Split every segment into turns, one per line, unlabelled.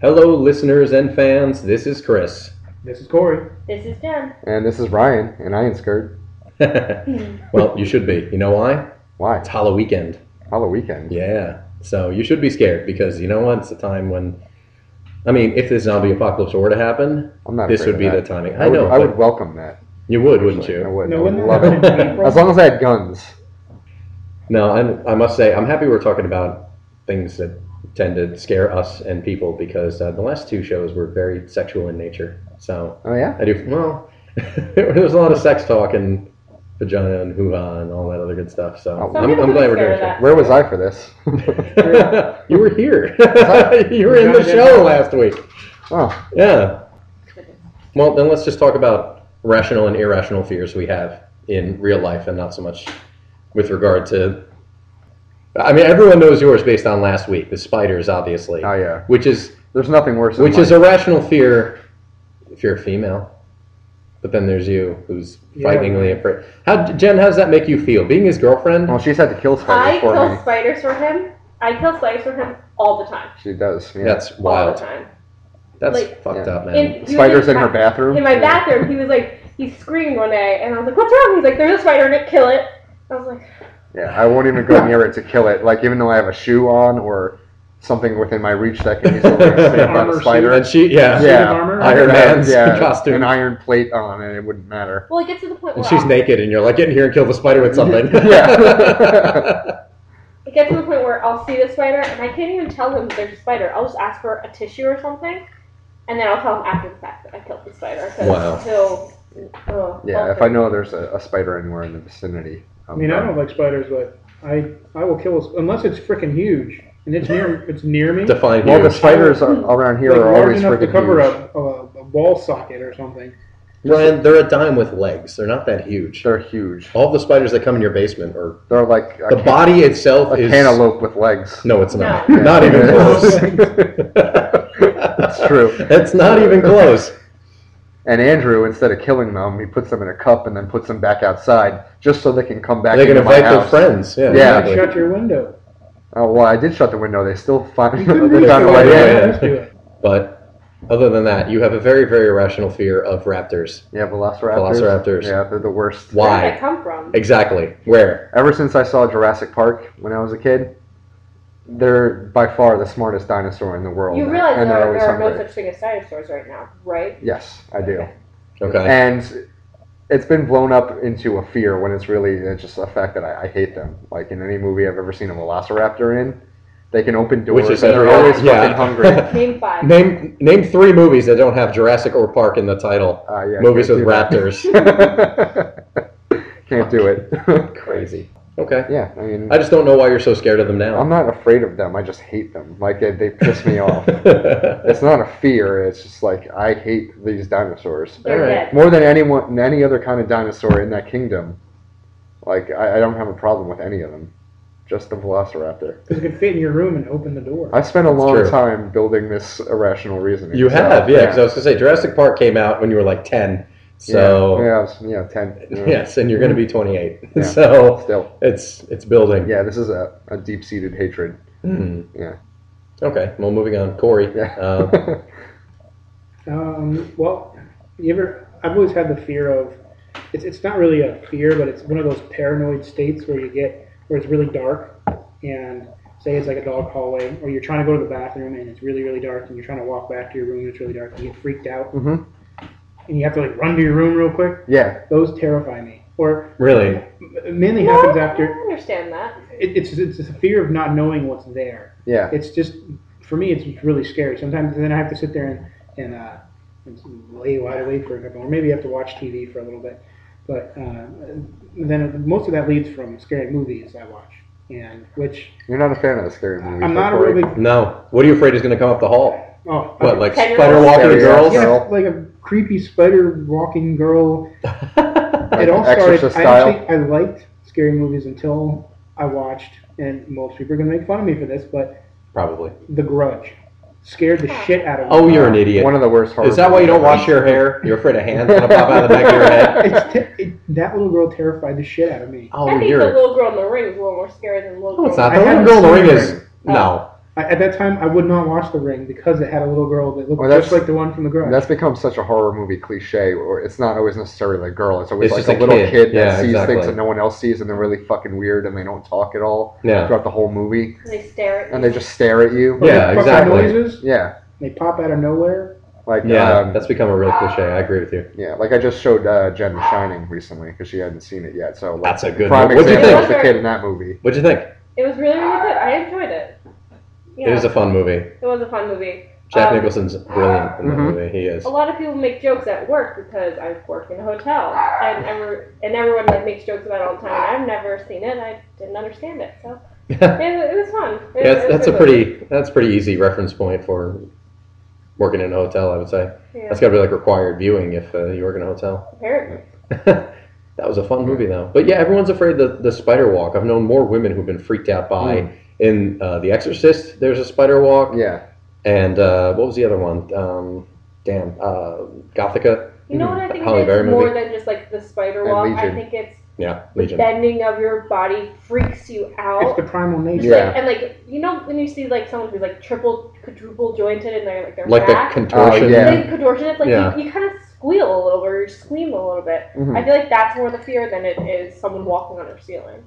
Hello, listeners and fans. This is Chris.
This is Corey.
This is Jen.
And this is Ryan, and I ain't scared.
well, you should be. You know why?
Why?
It's Hollow Weekend.
Hollow weekend.
Yeah. So you should be scared because you know what? It's a time when, I mean, if this zombie apocalypse were to happen,
I'm not.
this
afraid
would
of
be the
that.
timing.
I,
I
would,
know.
I
but
would welcome that.
you would, wouldn't
actually. I
you?
would.
No,
I would
wouldn't
love
that
it.
happen in April?
As long as I had guns.
No, I'm, I must say, I'm happy we're talking about things that tend to scare us and people because uh, the last two shows were very sexual in nature. So
Oh yeah.
I do. Well, there was a lot of sex talk and vagina and hoo ha and all that other good stuff. So
Some
I'm,
people
I'm glad
can
we're doing
scare
a show.
that.
Where was I for this?
you were here. you were in the
Vagina
show
and-
last week.
oh,
Yeah. Well, then let's just talk about rational and irrational fears we have in real life and not so much with regard to. I mean, everyone knows yours based on last week, the spiders, obviously,
oh yeah.
which is
There's nothing worse.
which
than
is a rational fear if you're a female. But then there's you, who's
Yeah.
frighteningly afraid. How, Jen, how does that make you feel? Being his girlfriend?
Well, she's had to kill
I
spiders for
kill
me.
spiders for him. I kill spiders for him all the time.
She does. Yeah.
That's
All the
wild.
time.
That's
Like-
fucked
Yeah.
up, man.
And he was
Spiders in her
my-
bathroom.
In my
Yeah.
bathroom, he was like, he screamed one day, and I was like, "What's wrong?" He's like, "There's a spider in it. Kill it." I was like,
Yeah, I won't even go near it to kill it. Like even though I have a shoe on or something within my reach that can easily escape on
Armor
a
suit.
spider.
and she, yeah.
Suit
Yeah,
of armor?
I
Iron
could
Man's
have, yeah,
costume.
an iron plate on, and it wouldn't matter.
"Well, it gets to the point where
And she's
I'll-
naked, and you're like, get in here and kill the spider with something.
Yeah.
it gets to the point where I'll see the spider, and I can't even tell him that there's a spider. I'll just ask for a tissue or something, and then I'll tell him after the fact that I killed the spider. 'cause
Wow.
he'll- oh,
Yeah, if
fucker.
I know there's a, a spider anywhere in the vicinity.
I
I'm
mean, I
done.
don't like spiders, but I I will kill a, s- unless it's freaking huge and it's near it's near me.
Define
Well, the
huge.
spiders are, around here
like
are
large
always
enough to
freaking
cover
huge.
a, a, a wall socket or something.
Ryan, they're a dime with legs. They're not that huge.
They're huge.
All the spiders that come in your basement are.
They're like a,
Oh. The
can-
body itself
a
is.
cantaloupe with legs.
No, it's not.
No.
Not even
Yeah.
close.
That's true.
It's not even close.
And Andrew, instead of killing them, he puts them in a cup and then puts them back outside just so they can come back.
They can
into my
invite their
house.
friends. Yeah.
Yeah.
You shut your window.
Oh well, I did shut the window. They still
You
find
couldn't do
they found a
that.
way in.
Let's do it.
But other than that, you have a very, very irrational fear of raptors.
Yeah, velociraptors.
Velociraptors.
Yeah, they're the worst.
Why?
Where did I come from?
Exactly. Where?
Ever since I saw Jurassic Park when I was a kid, they're by far the smartest dinosaur in the world.
You realize
and
there,
they're
are-
always
there are no
hungry.
such thing as dinosaurs right now, right?
Yes, I do.
Okay.
And it's been blown up into a fear when it's really it's just a fact that I, I hate them. Like in any movie I've ever seen a velociraptor in, they can open doors
Which is
and they're
everywhere.
always
Yeah.
fucking hungry. Uh,
Name five.
Name name three movies that don't have Jurassic or Park in the title.
yeah,
movies with
can't
raptors.
do that. can't do it.
Crazy. Okay.
Yeah, I mean,
I just don't know why you're so scared of them
I'm
now.
not afraid of them. I just hate them. Like they, they piss me off. It's not a fear. It's just like I hate these dinosaurs
They're
All right.
dead.
more than anyone, any other kind of dinosaur in that kingdom. Like I, I don't have a problem with any of them, just the Velociraptor.
'Cause it could fit in your room and open the door.
I spent a
That's
long
true.
time building this irrational reasoning.
You
so,
have, yeah. uh, Because I was gonna say Jurassic Park came out when you were like ten, so
yeah, yeah, I was, yeah, ten. yeah,
yes, and you're gonna be 28,
Yeah.
so
Still,
it's it's building.
yeah, this is a, a deep-seated hatred.
Hmm.
Yeah.
Okay. Well, moving on, Corey.
Yeah.
Uh,
Um, well, you ever? I've always had the fear of. It's, it's not really a fear, but it's one of those paranoid states where you get where it's really dark, and say it's like a dog hallway, or you're trying to go to the bathroom and it's really really dark, and you're trying to walk back to your room and it's really dark, and you get freaked out,
hmm
and you have to like run to your room real quick.
Yeah.
Those terrify me, or
really?
it mainly
No,
happens
I
after.
don't understand that.
It, it's it's a fear of not knowing what's there.
Yeah.
it's just for me it's really scary sometimes and then i have to sit there and, and, uh, and lay wide awake for a couple or maybe have to watch tv for a little bit but uh, then most of that leads from scary movies i watch and which
You're not a fan of the scary movies.
i'm not a
right, Corey?
real big
No. What are you afraid is gonna come up the hall?
oh
What,
okay.
like
Ten-year-old
spider walking
scary
girls?
ass
yeah,
girl?
like a creepy spider walking girl it all started
Exorcist style?
I, actually, I liked scary movies until i watched and most people are going to make fun of me for this but
Probably.
the grudge scared the shit out of me
Oh, you're an idiot.
One of the worst horror.
Is that why you don't
movies ever.
wash your hair? You're afraid a hand's gonna pop out of the back of your head?
it's te- it, that little girl terrified the shit out of me.
Oh,
I think the
you're.
little girl in the ring is a little more scary than the little
No,
girl.
it's not.
I
The little
haven't
girl in the ring
seen the
is
Oh.
ring.
no.
I, at that time, I would not watch The Ring because it had a little girl that looked
Well, that's-
just like the one from The Grudge.
That's become such a horror movie cliche, or it's not always necessarily a girl. It's always
It's
like
just a
a little
kid.
kid, that
Yeah,
sees
exactly.
things that no one else sees, and they're really fucking weird, and they don't talk at all
Yeah.
throughout the whole movie,
And they stare at you.
and they just stare at you.
Or they
Yeah,
fuck up
exactly.
Noises.
Yeah,
They pop out of nowhere.
like
Yeah,
uh,
um,
that's become a real cliche. I agree with you.
yeah, like I just showed uh, Jen The Shining recently because she hadn't seen it yet. So like,
That's a good
prime
one. What'd you
example
think?
of the kid in that movie.
What'd you think?
It was really, really good. I enjoyed it. Yeah,
It was a fun movie.
it was a fun movie.
Jack
Um, Oh,
Nicholson's brilliant in that
mm-hmm.
Mhm.
movie. He is.
A lot of people make jokes at work because I work in a hotel, and ever and everyone like makes jokes about it all the time. And I've never seen it. and I didn't understand it, so it,
yeah,
it was fun. It,
that's,
it was
that's a
good movie.
pretty that's pretty easy reference point for working in a hotel. I would say
Yeah,
that's got to be like required viewing if uh, you work in a hotel.
apparently.
that was a fun movie though. But yeah, everyone's afraid the the spider walk. I've known more women who've been freaked out by in uh, The Exorcist. There's a spider walk,
Mm. Yeah,
and uh, what was the other one? Um, damn, uh, Gothica.
You know
Mhm.
what I think
Halle
it
Berry
is more
movie.
than just like the spider
And
walk. I
Legion.
think it's
Yeah,
the
Legion.
bending of your body freaks you
It's
out.
the primal nature.
It's
Yeah.
like- and like you know when you see like someone who's like triple quadruple jointed and they're like they're
Like the
back.
contortion.
Oh, yeah.
Like contortionist, like
Yeah.
you, you kind of squeal a little or you scream a little bit.
Mm-hmm.
Mhm.
I feel like that's more the fear than it is someone walking on their ceiling.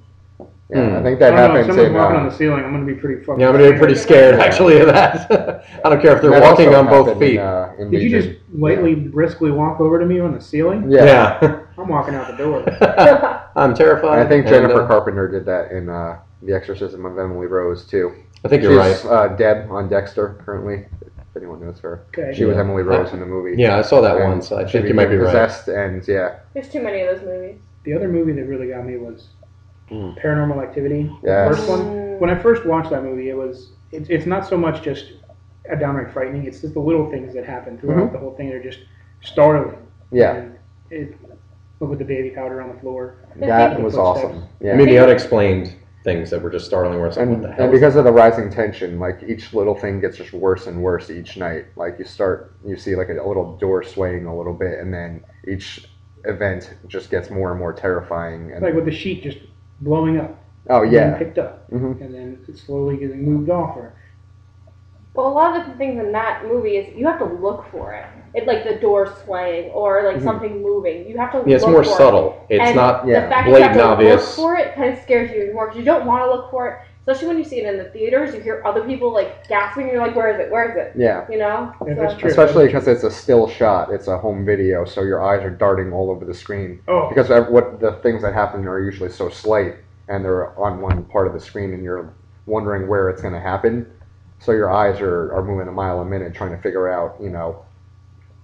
yeah.
Hmm.
I think
I don't know,
that
if
happens
someone's
in.
walking on
Uh,
the ceiling, I'm going to be pretty fucking.
Yeah, I'm gonna be pretty scared actually of that. I don't care if they're
that
walking
also
on both
happened in,
feet.
uh, in
Did you
Legion.
just lightly, briskly walk over to me on the ceiling?
yeah.
yeah.
I'm walking out the door.
I'm terrified.
I think
and,
Jennifer
uh,
Carpenter did that in uh, The Exorcism of Emily Rose too.
I think
She's
you're right.
uh, Deb on Dexter currently. If anyone knows her,
Okay.
she was
Yeah. Uh,
Emily Rose in the movie.
Yeah, I saw that
Yeah.
once. I
She
think you might be
became
right.
possessed and yeah,
There's too many of those movies.
The other movie that really got me was
Hmm.
Paranormal Activity.
Yes.
The first one.
Mm.
When I first watched that movie, it was it, it's not so much just a downright frightening. It's just the little things that happen throughout the whole thing that are just startling.
Mm-hmm. yeah,
And it, look with the baby powder on the floor.
that
thing-
was
Footsteps.
awesome. Yeah.
I mean, the unexplained things that were just startling. Where it's like,
and,
what the hell?
and
is
because of the rising tension, like each little thing gets just worse and worse each night. Like you start, you see like a, little door swaying a little bit, and then each event just gets more and more terrifying. And
Like with the sheet just blowing up.
oh
and
yeah,
Being picked up
hmm
and then it's slowly getting moved off. Or
Well, a lot of the things in that movie is you have to look for it. It like the door swaying or like
Mhm.
something moving. You have to.
Yeah, it's
look
more
for it.
subtle. It's
And
not.
yeah,
the fact that you have
blatant
to
obvious.
look for it kind of scares you even more because you don't want to look for it, especially when you see it in the theaters. You hear other people like gasping. And you're like, where is it? Where is it?
yeah.
You know.
Yeah,
So-
that's true.
Especially because it's a still shot, it's a home video, so your eyes are darting all over the screen.
oh,
Because of what the things that happen are usually so slight, and they're on one part of the screen, and you're wondering where it's going to happen. So your eyes are, are moving a mile a minute, trying to figure out, you know,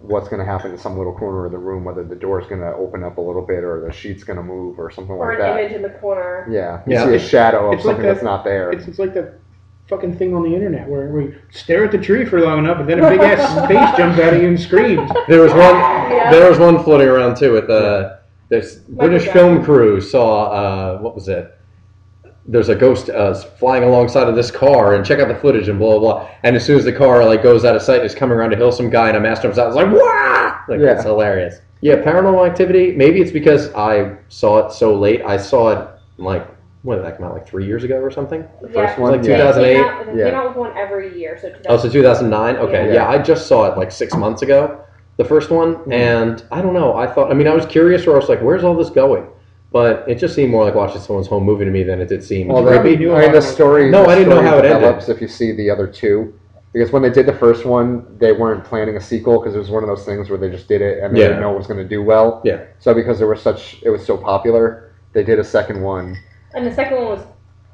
what's going to happen in some little corner of the room, whether the door's going to open up a little bit, or the sheet's going to move, or something
Or
like
an
that.
image in the corner.
Yeah, you
Yeah.
see a shadow of
It's like
something
that-
that's not there.
it's, it's like the fucking thing on the internet where, where you stare at the tree for long enough and then a big ass face jumps out of you and screams.
There was one.
Yeah.
There was one floating around too with uh, this British
Jackson.
film crew saw uh, what was it? There's a ghost uh, flying alongside of this car, and check out the footage and blah blah blah. And as soon as the car like goes out of sight, and it's coming around a hill. Some guy in a mask jumps out. It's like wow, like
Yeah.
it's hilarious. Yeah, paranormal activity. Maybe it's because I saw it so late. I saw it like when did that come out? Like three years ago or something.
the
Yeah.
first one,
Like
yeah.
2000 2008?
They came out, they came
Yeah.
out with one every year, so 2000.
Oh, so 2009. Okay,
Yeah.
yeah. I just saw it like six months ago, the first one,
Mhm.
and I don't know. I thought, I mean, I was curious, or I was like, "Where's all this going?" But it just seemed more like watching someone's home movie to me than it did seem.
Well,
You
the,
probably knew
I mean,
about
the
it.
story.
No,
the
I didn't know
story
how it ended.
develops If you see the other two, because when they did the first one, they weren't planning a sequel because it was one of those things where they just did it and they
Yeah.
didn't know it was going to do well.
Yeah.
So because there was such, it was so popular, they did a second one.
And the second one was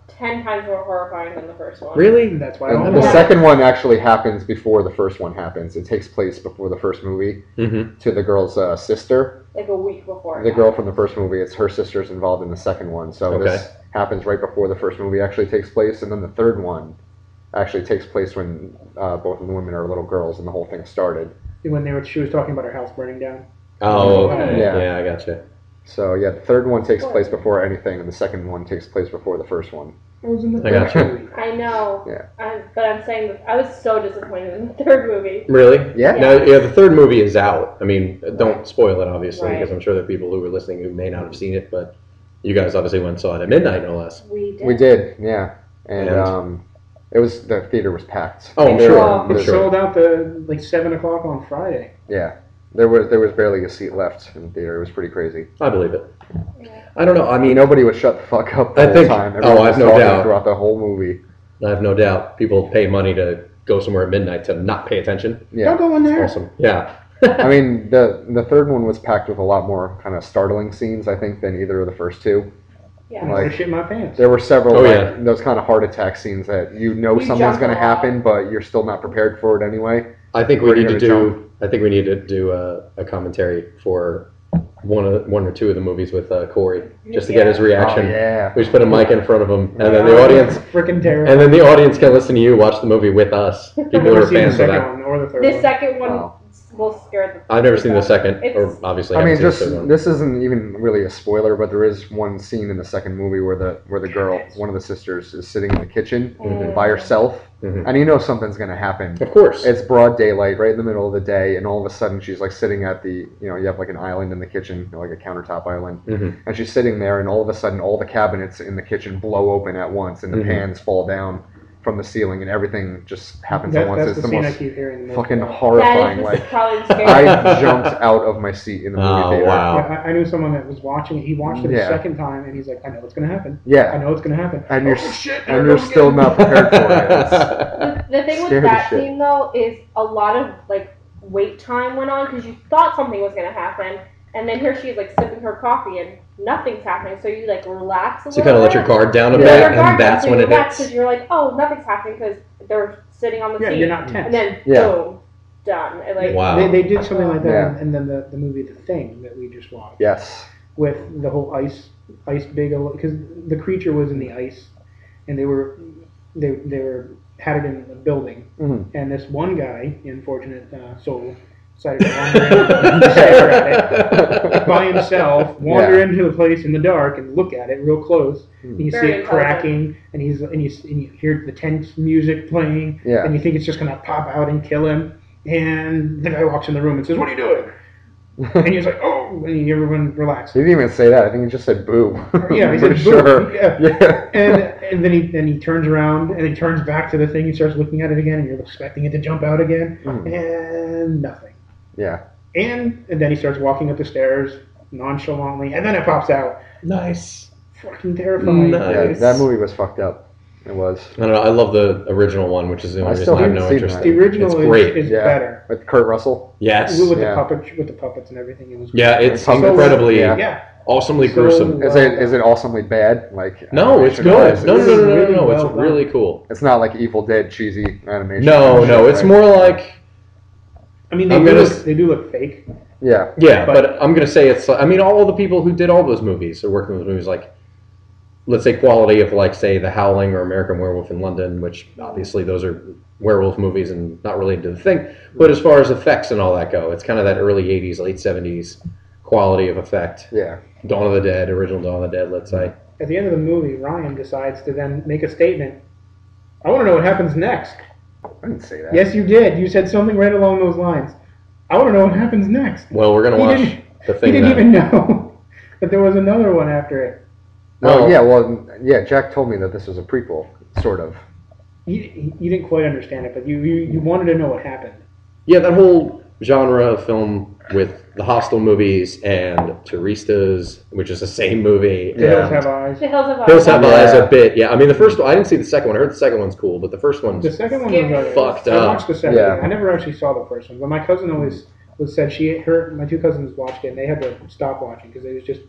ten times more horrifying than the first one.
really?
And that's why I
And
don't
the
know.
Yeah.
second one actually happens before the first one happens. It takes place before the first movie
Mm-hmm.
to the girl's uh, sister,
Like a week before.
the girl from the first movie. It's her sister's involved in the second one, so this
Okay.
happens right before the first movie actually takes place, and then the third one. Actually takes place when uh, both of the women are little girls and the whole thing started.
when they were, she was talking about her house burning down.
Oh, okay.
Yeah.
Yeah, I gotcha.
So yeah, the third one takes
Cool.
place before anything, and the second one takes place before the first one.
It was in the
I got
third movie.
I know.
Yeah.
I, but I'm saying that I was so disappointed in the third movie.
Really?
Yeah.
Now, yeah, the third movie is out. I mean, don't spoil it, obviously,
Right.
because I'm sure there are people who are listening who may not have seen it, but you guys obviously went and saw it at midnight, no less.
We did.
We did, yeah. And
And?
um, It was the theater was packed.
Oh, I'm
There
sure.
were-
I'm
It
there-
sold out the like seven o'clock on Friday.
Yeah, there was there was barely a seat left in the theater. It was pretty crazy.
I believe it.
Yeah.
I don't know. I mean,
Nobody would shut the fuck up the
Uh, I
whole
think-
time.
oh,
Everyone
I've
was
no
talking
doubt.
throughout the whole movie.
I have no doubt people pay money to go somewhere at midnight to not pay attention.
Yeah,
Don't go in there.
Awesome. Yeah.
I mean the the third one was packed with a lot more kind of startling scenes. I think than either of the first two.
I'm
Yeah.
gonna
Like-
shit my pants.
There were several
Oh,
like,
yeah.
those kind of heart attack scenes that you know
We
something's
jumped
going
a
to
lot.
happen, but you're still not prepared for it anyway.
I think we
We're
need to
gonna
do.
jump.
I think we need to do a, a commentary for one of one or two of the movies with uh, Corey, just to get his reaction.
Oh, yeah.
We just put a mic in front of him, and then the
Wow,
audience,
that's Freaking terrible.
and then the audience can listen to you watch the movie with us.
I've
People who
never
are
seen the
fans of
second
that.
one or the third
The
one.
second one
Wow.
will scare the.
I've never seen the second, or
It's-
obviously.
I mean,
haven't
just
seen the third one.
this isn't even really a spoiler, but there is one scene in the second movie where the where the girl, one of the sisters, is sitting in the kitchen
Mm.
by herself,
Mhm.
and you know something's going to happen.
Of course.
It's broad daylight, right in the middle of the day, and all of a sudden she's like sitting at the, you know, you have like an island in the kitchen, you know, like a countertop island,
Mhm.
and she's sitting there, and all of a sudden all the cabinets in the kitchen blow open at once, and the
Mm-hmm.
Mhm.
pans fall down from the ceiling, and everything just happens
That-
at once.
that's
It's
the
the
scene I
most
keep hearing. the most
fucking
about.
That
horrifying.
is
Like
this is probably the
I
scariest.
jumped out of my seat in the movie
Oh,
theater.
wow.
Yeah, I, I knew someone that was watching it. He watched it
Yeah.
the second time, and he's like, "I know what's gonna happen. I
Yeah,
know what's gonna happen."
and you're
oh, shit,
and
there
you're
we go
still
again.
not prepared for it. It's-
the, the thing with
Scared as
that
shit.
scene though is a lot of like wait time went on because you thought something was gonna happen, and then here she's like sipping her coffee and nothing's happening. So you like relax a
So you kind of
little
let your
bit.
guard down a
Yeah.
bit,
Let your guard down,
and that's
so
when
you
it
relax
hits.
Because you're like, oh, nothing's happening because they're sitting on the
Yeah,
seat,
you're not tense.
and then
Yeah.
boom, done. And, like,
Wow.
They, they did something like that,
Yeah.
and then the, the movie The Thing that we just watched
Yes.
with the whole ice ice big because the creature was in the ice, and they were they they were had it in a building,
Mhm.
and this one guy, the unfortunate uh, soul, decided to wander in, stare at it by himself, wander
Yeah.
into the place in the dark and look at it real close.
Hmm.
And you see
Very
it cracking, and he's and you s- and you hear the tense music playing,
Yeah.
and you think it's just gonna pop out and kill him. And the guy walks in the room and says, "What are you doing?" And
he
he's like, "Oh," and everyone relaxes.
didn't even say that. I think he just said boo.
Yeah, he
I'm
said,
pretty
"Boo."
sure.
Yeah.
Yeah.
And, and then he then he turns around and he turns back to the thing. He starts looking at it again, and you're expecting it to jump out again,
Mm.
and nothing.
Yeah.
And and then he starts walking up the stairs nonchalantly, and then it pops out.
nice.
Fucking terrifying.
No.
Yeah,
Nice.
That movie was fucked up. It was.
I don't know. I love the original one, which is the only
I still
reason I have
haven't
no
seen
interest.
that.
The original
It's
is,
great.
is
Yeah.
better
With Kurt Russell.
Yes.
with
Yeah.
the puppet with the puppets and everything. It was
Yeah, it's
Puppets.
incredibly,
Yeah.
yeah.
awesomely
So-
gruesome.
Is it is it awesomely bad? Like
No, it's
animation-wise,
good. No, no,
it's-
no, no, no,
really
no.
well
It's
done.
really cool.
It's not like Evil Dead cheesy animation.
No, no, it's
Right.
more like
I mean, they
I'm
do,
gonna
look,
s-
they do look fake.
Yeah.
yeah,
But-
but, I'm gonna say it's. I mean, all of the people who did all those movies are working with movies like, let's say, quality of like say The Howling or American Werewolf in London, which obviously those are werewolf movies and not related to the thing. But as far as effects and all that go, it's kind of that early '80s, late '70s quality of effect.
Yeah.
Dawn of the Dead, original Dawn of the Dead, let's say.
At the end of the movie, Ryan decides to then make a statement. I want to know what happens next.
I didn't say that.
Yes, you did. You said something right along those lines. I want to know what happens next.
Well, we're gonna
He
watch
didn't-
the
He
thing.
didn't
then.
even know that there was another one after it.
Oh
No.
yeah. Well, yeah. Jack told me that this was a prequel, sort of.
You, you didn't quite understand it, but you, you, you wanted to know what happened.
Yeah, that whole genre of film with the hostile movies and Turistas, which is the same movie.
The Hills
and
Have Eyes.
The hills have eyes.
Hills Have
Yeah.
Eyes a bit. Yeah, I mean the first one. I didn't see the second one. I heard the second one's cool, but the first one's
The second one was
Scary.
alright.
Fucked
I
up.
watched the second
Yeah.
one. I never actually saw the first one, but my cousin always was said she her my two cousins watched it and they had to stop watching because it was just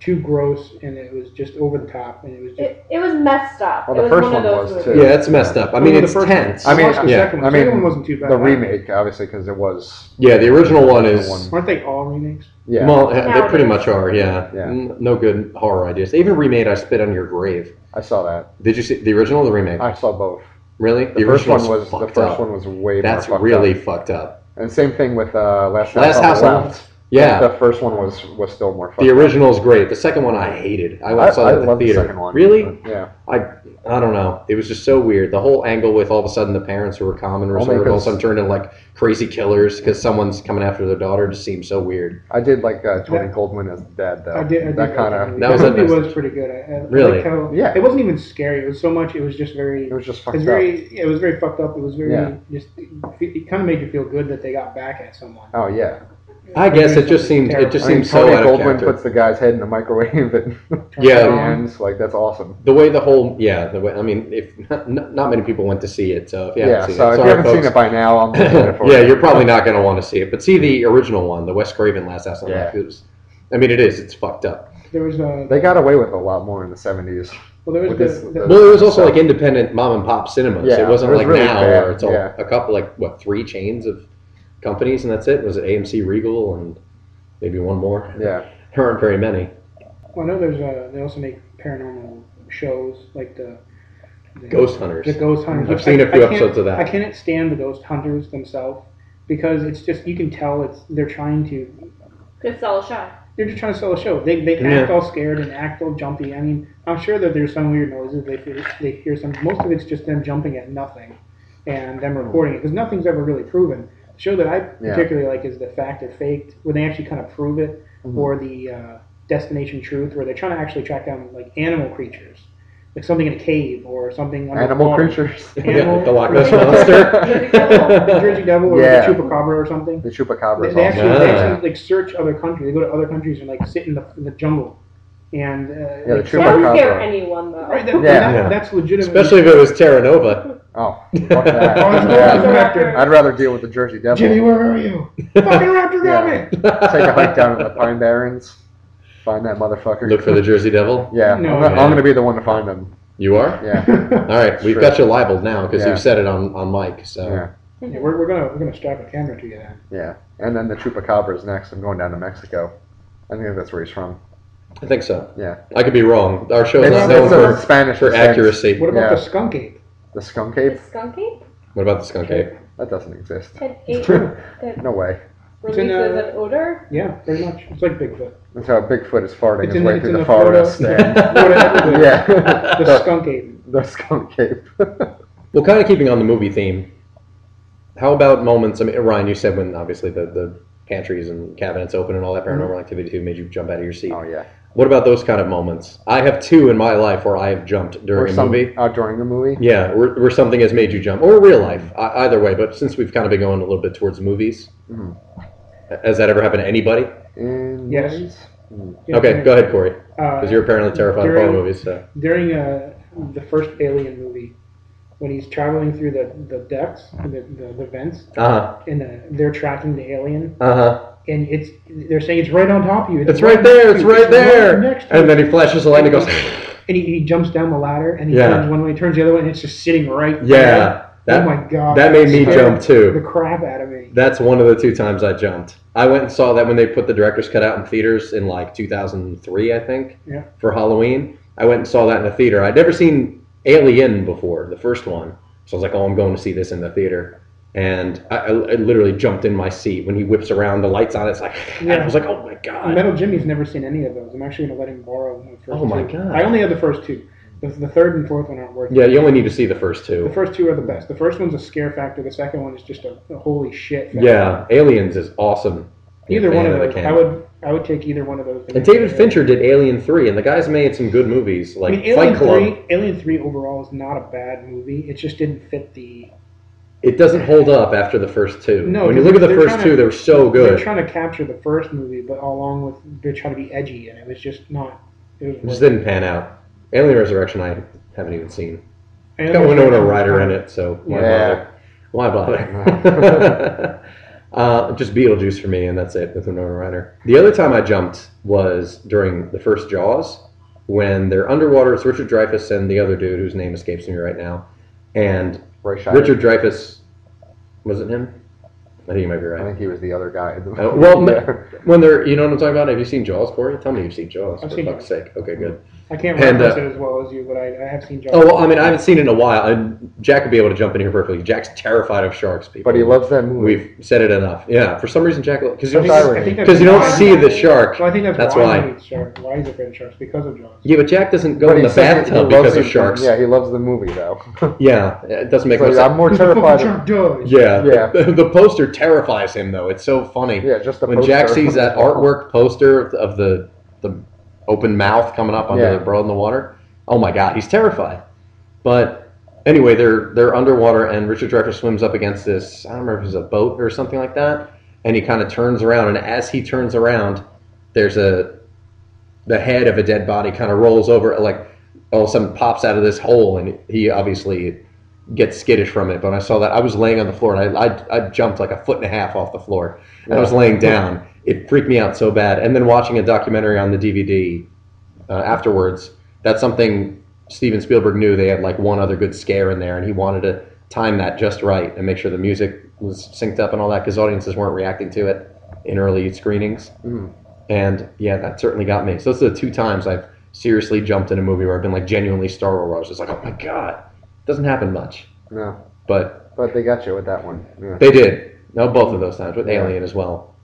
too gross and it was just over the top and it was just
It, it was messed up.
Well, Oh, the
it was
first
one,
one
of those
was,
movies.
yeah, it's messed up. I mean,
Well, the
it's
first-
tense.
I mean,
watched the
yeah.
second
I
one. The
mean,
second one wasn't too bad.
The remake, obviously, because it was.
yeah, the original one is.
One.
Aren't they all remakes?
Yeah.
Well, they pretty
Nowadays.
much are. Yeah,
Yeah.
N- no good horror ideas. They even remade "I Spit on Your Grave."
I saw that.
Did you see the original or the remake?
I saw both.
really,
The, first one
original's
was the
fucked
first
up.
one was way
That's
more fucked
really
up.
fucked up.
and same thing with uh, last
Last
house
House
on the
on
left.
Yeah,
The first one was was still more fun.
the original is great. The second one I hated. I went
I,
and saw
I
it at the
love the
theater.
second one.
Really?
but Yeah.
I don't know. It was just so weird. The whole angle with all of a sudden the parents who were common were
Only
sort of all of a
'cause-
sudden turned into like crazy killers because someone's coming after their daughter just seems so weird.
I did like uh, Tony Goldwyn as dad though.
I did. I did
that kind of.
That was
it.
interesting.
was pretty good. I, I
Really?
liked how-
Yeah.
It wasn't even scary. It was so much. It was just very.
It was just
It
fucked
was very. It was very fucked up. It was very
Yeah.
just. It kind of made you feel good that they got back at someone.
up. Oh yeah.
I guess it just seemed it just
I mean,
seemed so
Tony
out of
Goldwyn
character.
puts the guy's head in the microwave and
Turned
Yeah.
it
it
on.
ends. Like that's awesome.
the way the whole yeah the way I mean if not, not many people went to see it so if you
Yeah.
haven't seen
so
it
if
sorry,
you haven't
folks.
seen it by now, I'm looking at it for
yeah
you.
you're probably not going to want to see it but see the original one the Wes Craven Last House on
Yeah.
Left it was I mean it is it's fucked up
There was a.
They got away with a lot more in the '70s.
Well, there was
with
the,
this-
the-
well it was also like independent mom and pop cinemas
Yeah,
it wasn't
it was
like
really
now
bad,
where it's all,
yeah.
a couple like what three chains of companies and that's it was it AMC Regal and maybe one more
Yeah.
there aren't very many
well, I know there's a. They also make paranormal shows like the. the
Ghost Hunters
The ghost hunters.
I've seen a few
I can't-
episodes of that.
I can't stand the ghost hunters themselves because it's just you can tell it's they're trying to
Could sell a shot.
They're just trying to sell a show. They, they
Yeah.
act all scared and act all jumpy. I mean, I'm sure that there's some weird noises. They hear, they hear some. Most of it's just them jumping at nothing and them recording it because nothing's ever really proven. The show that I
Yeah.
particularly like is the fact or faked, where they actually kind of prove it,
Mhm.
or the uh, destination truth, where they're trying to actually track down like animal creatures, like something in a cave or something.
Animal
underwater.
creatures.
Animal-
yeah, the Loch Ness
Really? The
Monster
Jersey Devil or
Yeah.
the Chupacabra or something.
The
They,
chupacabra.
they actually, they
Yeah.
actually like search other countries. They go to other countries and like sit in the, in the jungle, and uh,
the
like,
They
Chupacabra.
some-
don't scare anyone though.
Right, that,
Yeah.
that-
Yeah.
that's legitimate.
especially if it was Terra Nova
Oh, fuck that.
Oh, it's the
Yeah.
Velociraptor.
I'd rather deal with the Jersey Devil.
Jimmy, where are you? Fucking raptor got
Yeah.
me.
Take a hike down to the Pine Barrens. Find that motherfucker.
look for the Jersey Devil
Yeah,
No,
I'm, gonna,
yeah.
I'm gonna be the one to find him.
you are
Yeah,
All right, we've
Sure.
got you libeled now because
Yeah.
you've said it on, on mic. So
yeah,
Yeah, we're, we're gonna we're gonna strap a camera to you then.
yeah. And then the Chupacabra is next. I'm going down to Mexico. I think that's where he's from.
I think so.
Yeah.
I could be wrong. Our show is
It's,
not
It's-
known
it's a
for,
Spanish
for
descent.
accuracy.
What about
Yeah.
the skunk ape?
The skunk
The
ape?
skunk ape
What about the skunk ape?
That doesn't exist.
an ape that
No way.
It's in,
releases
uh,
an odor.
Yeah, pretty much. It's like Bigfoot.
That's how Bigfoot is farting
It's
his
in-
way
it's
through
in
the
the photo.
forest. and-
Whatever.
yeah,
The skunk ape.
the skunk ape.
Well, kind of keeping on the movie theme. How about moments? I mean, Ryan, you said when obviously the, the pantries and cabinets open and all that paranormal activity too made you jump out of your seat.
oh yeah.
What about those kind of moments? I have two in my life where I have jumped during
or
a
some,
movie.
Oh, during the movie.
Yeah, where, where something has made you jump, or real life, I, either way. But since we've kind of been going a little bit towards movies,
Mhm.
has that ever happened to anybody?
In Hmm.
Yes.
movies?
Yeah,
okay,
during-
go ahead, Corey,
Uh,
because you're apparently terrified of horror
during-
movies. So
during uh, the first Alien movie, when he's traveling through the, the decks, the, the, the vents,
uh huh,
and uh they're tracking the alien,
uh huh.
and it's they're saying it's right on top of you.
It's right there. It's
next to you,
right there.
next to
And
you.
then he flashes the light and goes,
and he, he jumps down the ladder and he
Yeah.
turns one way, turns the other way, and it's just sitting right. there.
yeah.
oh
That
my god.
that made me
Scared
jump
The
too.
crap out of me.
Uh, That's one of the two times I jumped. I went and saw that when they put the director's cut out in theaters in like 2003, I think,
Yeah.
for Halloween. I went and saw that in the theater. I'd never seen Alien before, the first one. So I was like, oh, I'm going to see this in the theater. And I, I, I literally jumped in my seat. When he whips around, the lights on, it's like, and I
Yeah.
was like, oh my God.
Metal Jimmy's never seen any of those. I'm actually gonna let him borrow the first
Oh my
two.
God.
I only have the first two. The, the third and fourth one aren't working.
Yeah, you only need to see the first
The
two.
first two are the best. The first one's a scare factor. The second one is just a, a holy shit. Factor.
Yeah, Aliens is awesome.
Either one
Fan
of
the
those. I
camp.
would I would take either one of those.
And David Fincher did Alien 3, and the guy's made some good movies, like
I mean, Alien
Fight Club.
Three. Alien Three overall is not a bad movie. It just didn't fit the.
It doesn't hold up after the first two.
No,
when you look at the
they're
first
trying to-
two, they're so
They're
good.
trying to capture the first movie, but along with they're trying to be edgy, and it was just not. It
It
was
just didn't pan out. Alien Resurrection, I haven't even seen.
I
It's got Winona Ryder in it, so why
Yeah.
bother? Why bother? uh, just Beetlejuice for me, and that's it with Winona Ryder. The other time I jumped was during the first Jaws, when they're underwater. It's Richard Dreyfuss and the other dude whose name escapes me right now, and
Roy Scheider.
Richard Dreyfuss was it him? I think you might be
I
right.
think he was the other guy.
Oh, well,
Yeah.
When they're, you know what I'm talking about? Have you seen Jaws, Corey? Tell me you've seen Jaws.
I've
for
seen
fuck's sake. Okay, good.
I can't
And,
reference
uh,
it as well as you, but I, I have seen Jaws.
Oh well, I mean, I haven't seen it in a while. I, Jack would be able to jump in here perfectly. Jack's terrified of sharks, people.
But he loves that movie.
We've said it enough. Yeah, for some reason, Jack because you
I'm
think-
don't-
sorry.
think that's
because you don't
why-
see the shark.
Well, I think that's,
That's
why,
why.
he hates sharks. Why he's afraid of sharks because of Jaws.
Yeah, but Jack doesn't go
But
in
he
the
says he- he
bathtub
loves
because of
the-
sharks.
Yeah, he loves the movie though. so
Yeah, it doesn't make much
yeah,
sense.
I'm more
Because the fucking
terrified. Of,
shark dies.
Yeah,
Yeah.
The, the poster terrifies him though. It's so funny
yeah, just the
when Jack
poster.
sees that artwork poster of the, of the the open mouth coming up under
Yeah.
the bro in the water. Oh my god, he's terrified. But anyway, they're they're underwater, and Richard Dreyfuss swims up against this. I don't remember if it was a boat or something like that, and he kind of turns around, and as he turns around, there's a the head of a dead body kind of rolls over, like all of a sudden pops out of this hole, and he obviously gets skittish from it. But I saw that I was laying on the floor, and I I, I jumped like a foot and a half off the floor, and I was laying down. It freaked me out so bad. And then watching a documentary on the DVD uh, afterwards, that's something Steven Spielberg knew. They had like one other good scare in there, and he wanted to time that just right and make sure the music was synced up and all that because audiences weren't reacting to it in early screenings.
Mm.
And yeah, that certainly got me. So those are the two times I've seriously jumped in a movie where I've been like genuinely Star Wars. where I was just like, oh my god, doesn't happen much,
No,
but
but they got you with that one. Yeah.
they did. No, both of those times with
Yeah.
Alien as well.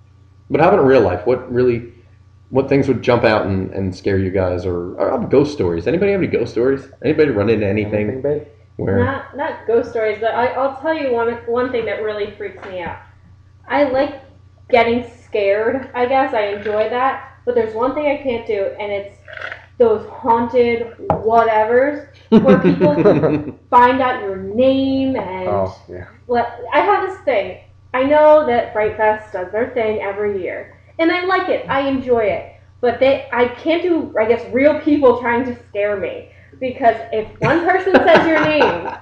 But how about in real life? What really, what things would jump out and, and scare you guys? Or, or uh, ghost stories? Anybody have any ghost stories? Anybody run into anything,
Anything big?
where?
Not not ghost stories, but I, I'll tell you one one thing that really freaks me out. I like getting scared. I guess I enjoy that, but there's one thing I can't do, and it's those haunted whatevers. Where people- Find out your name and
Oh yeah.
Well, I have this thing. I know that Fright Fest does their thing every year, and I like it. I enjoy it. But they, I can't do, I guess, real people trying to scare me because if one person says your name,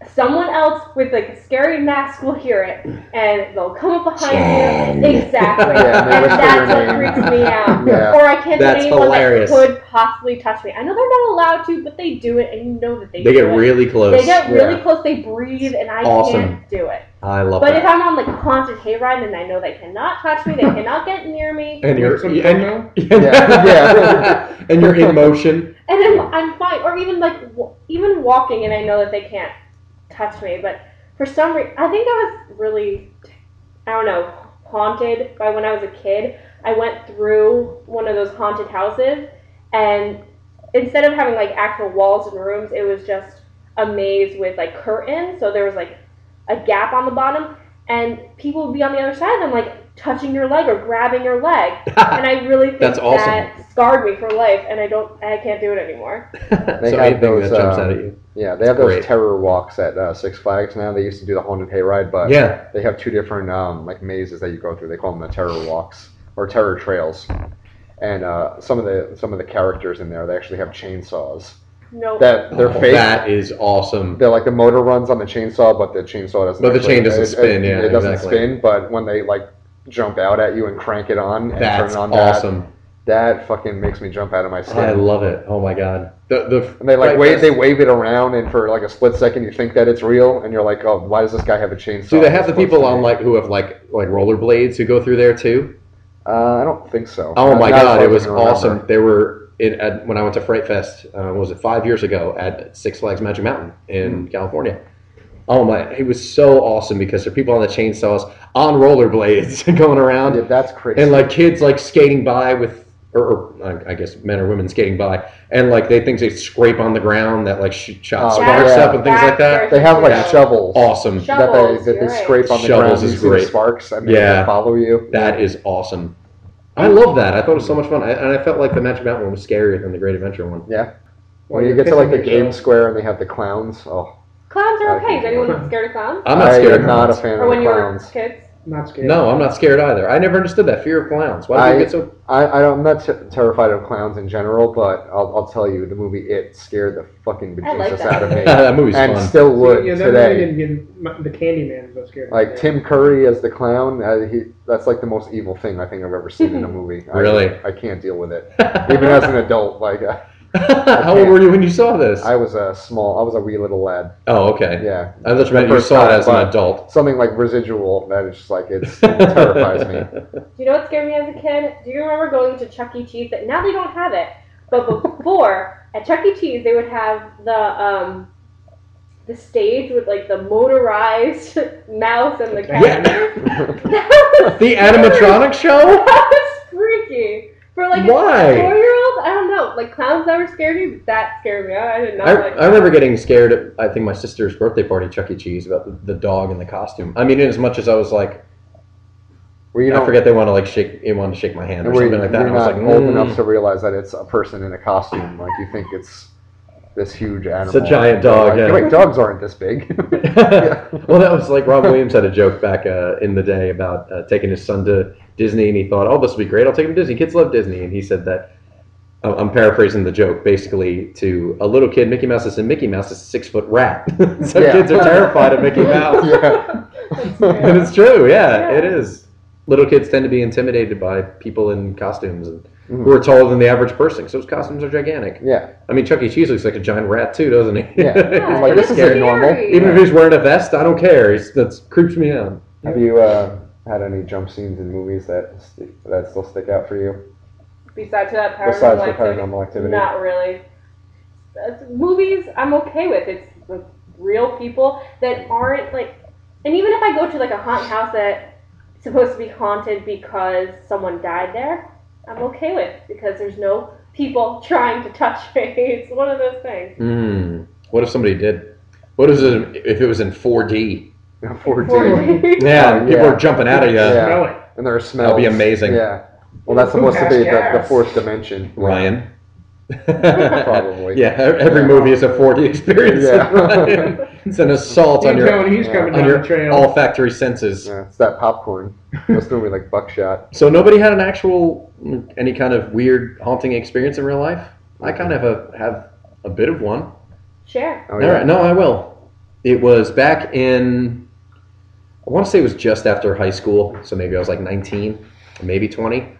s- someone else with like a scary mask will hear it, and they'll come up behind you.
Jen.
Exactly,
Yeah,
they
and
whisper your
that's what
name.
freaks me out.
Yeah.
Or I can't
That's
do anyone
hilarious.
that could possibly touch me. I know they're not allowed to, but they do it, and you know that they.
they
do
get
it.
really close.
They get really
Yeah.
close. They breathe, and I
Awesome.
can't do it.
I love
But
that.
if I'm on like a haunted hayride and I know they cannot touch me, they cannot get near me,
and you're
Some
and,
porno?
Yeah.
yeah. and you're in motion.
and then I'm fine. Or even like w- even walking and I know that they can't touch me. But for some reason, I think I was really I don't know haunted by when I was a kid. I went through one of those haunted houses, and instead of having like actual walls and rooms, it was just a maze with like curtains. So there was like a gap on the bottom, and people would be on the other side of them, like touching your leg or grabbing your leg. and I really think
That's awesome.
that scarred me for life, and I don't, I can't do it anymore.
so
have
anything
those,
that jumps
um,
out at you.
Yeah, they have those
Great.
terror walks at uh, Six Flags now. They used to do the haunted hayride, but
Yeah.
they have two different um, like mazes that you go through. They call them the terror walks or terror trails. And uh, some of the some of the characters in there, they actually have chainsaws
No,
that they're
Oh,
fake.
That is awesome.
They're like the motor runs on the chainsaw, but the chainsaw doesn't.
But the chain
actually-
doesn't spin, yeah,
it doesn't
exactly.
spin. But when they like jump out at you and crank it on and
That's
turn on
awesome.
that, that fucking makes me jump out of my skin.
I love it. Oh my god. The the
And they like
Right,
wave,
that's-
they wave it around, and for like a split second, you think that it's real, and you're like, "Oh, why does this guy have a chainsaw?"
do they have the
What's
people
that?
on like who have like like rollerblades who go through there too?
Uh, I don't think so.
Oh
Not-
my
not as
god,
far
it
as I
was
can remember.
awesome. There were in at, when I went to Fright Fest, uh, what was it five years ago at Six Flags Magic Mountain in California? Oh my, it was so awesome because there are people on the chainsaws on rollerblades going around.
Yeah, that's crazy.
and like kids like skating by with or, or I I guess men or women skating by and like they think they scrape on the ground that like sh- shot
Oh,
sparks
yeah.
up and things like that.
they have like
Yeah.
shovels
Awesome.
that
Shovels,
they that
you're
they
right.
scrape on the
Shovels
ground.
is
you see the
great.
sparks, and
Yeah.
they follow you.
That is awesome. I love that. I thought it was so much fun, I, and I felt like the Magic Mountain one was scarier than the Great Adventure one.
When you
you're
get to like the
pissing
game
yourself.
square, and they have the clowns. Oh,
clowns are okay. Is
I-
anyone scared of clowns?
I'm not
I
scared
am
of
not a
clowns.
fan
Or
of the
when you were
clowns.
kids?
Not scared.
No, I'm not scared either. I never understood that fear of clowns. Why do
I-
you get so?
I, I don't, I'm not t- terrified of clowns in general, but I'll, I'll tell you, the movie It scared the fucking
I like
bejesus
that.
out of me,
that movie's
and
fun.
still
See,
would
yeah, that
today.
really didn't get my- the Candyman was scared.
Like Tim Curry as the clown, uh, he, that's like the most evil thing I think I've ever seen in a movie. I-
Really?
I, can't deal with it. Even as an adult, like uh,
How old were you when you saw this?
I was a small, I was a wee little lad.
oh, okay.
Yeah,
I thought you meant you
first
saw it
time,
as an
but-
adult.
something like residual that is just like it's, it terrifies me.
Do you know what scared me as a kid? Do you remember going to Chuck E. Cheese? That now they don't have it, But before at Chuck E. Cheese, they would have the um, the stage with like the motorized mouse and the cat. That was
The animatronic show?
That was freaky. For like
Why?
a four year old, I don't know. Like clowns never scared me, but that scared me. I did not
I,
like.
I remember getting scared at I think my sister's birthday party, at Chuck E. Cheese, about the, the dog in the costume. I mean, in as much as I was like,
Where you
I
don't
forget they want to like shake, they want to shake my hand or
where you,
something like that.
you're
And I was
not
like,
old
mm,
enough to realize that it's a person in a costume. Like you think it's this huge animal.
giant dog,
Like,
yeah.
Wait, dogs aren't this big.
well, that was like Rob Williams had a joke back uh, in the day about uh, taking his son to Disney, and he thought, "Oh, this will be great. I'll take him to Disney. Kids love Disney." And he said that I'm- I'm paraphrasing the joke, basically to a little kid, Mickey Mouse is a Mickey Mouse is a six foot rat, so
Yeah.
kids are terrified of Mickey Mouse.
yeah.
And it's true, yeah,
Yeah.
it is. Little kids tend to be intimidated by people in costumes and
Mhm.
who are taller than the average person, so his costumes are gigantic.
Yeah.
I mean, Chuck E. Cheese looks like a giant rat too, doesn't he?
Yeah.
Yeah,
like,
it
this
was
isn't
scary.
normal.
Even if he's wearing a vest, I don't care. He's, that creeps me out.
Have you uh, had any jump scenes in movies that st- that still stick out for you
Besides that, paranormal
besides the
activity.
Paranormal Activity?
Not really. That's- movies, I'm okay with. It's with real people that aren't like, and even if I go to like a haunted house that's supposed to be haunted because someone died there, I'm okay with because there's no people trying to touch me. It's one of those things.
Hmm. What if somebody did? What is it if it was in 4D?
4D.
Yeah,
Oh,
people
yeah.
are jumping out of you.
Yeah.
Smell it.
And there are smells.
That'd be amazing.
Yeah. Well, that's
Who
supposed to be the, the
cares?
fourth dimension.
Ryan.
Probably.
Yeah, every
Yeah.
movie is a 4D experience.
Yeah.
Ryan. it's an assault on
You know
your
when he's
yeah,
coming
on
down
your
the trail.
olfactory senses.
Yeah, it's that popcorn. That's normally like buckshot.
So nobody had an actual any kind of weird haunting experience in real life. I kind of have a, have a bit of one.
Share.
Oh,
All right, no, I will. It was back in, I want to say it was just after high school, so maybe I was like 19, maybe 20.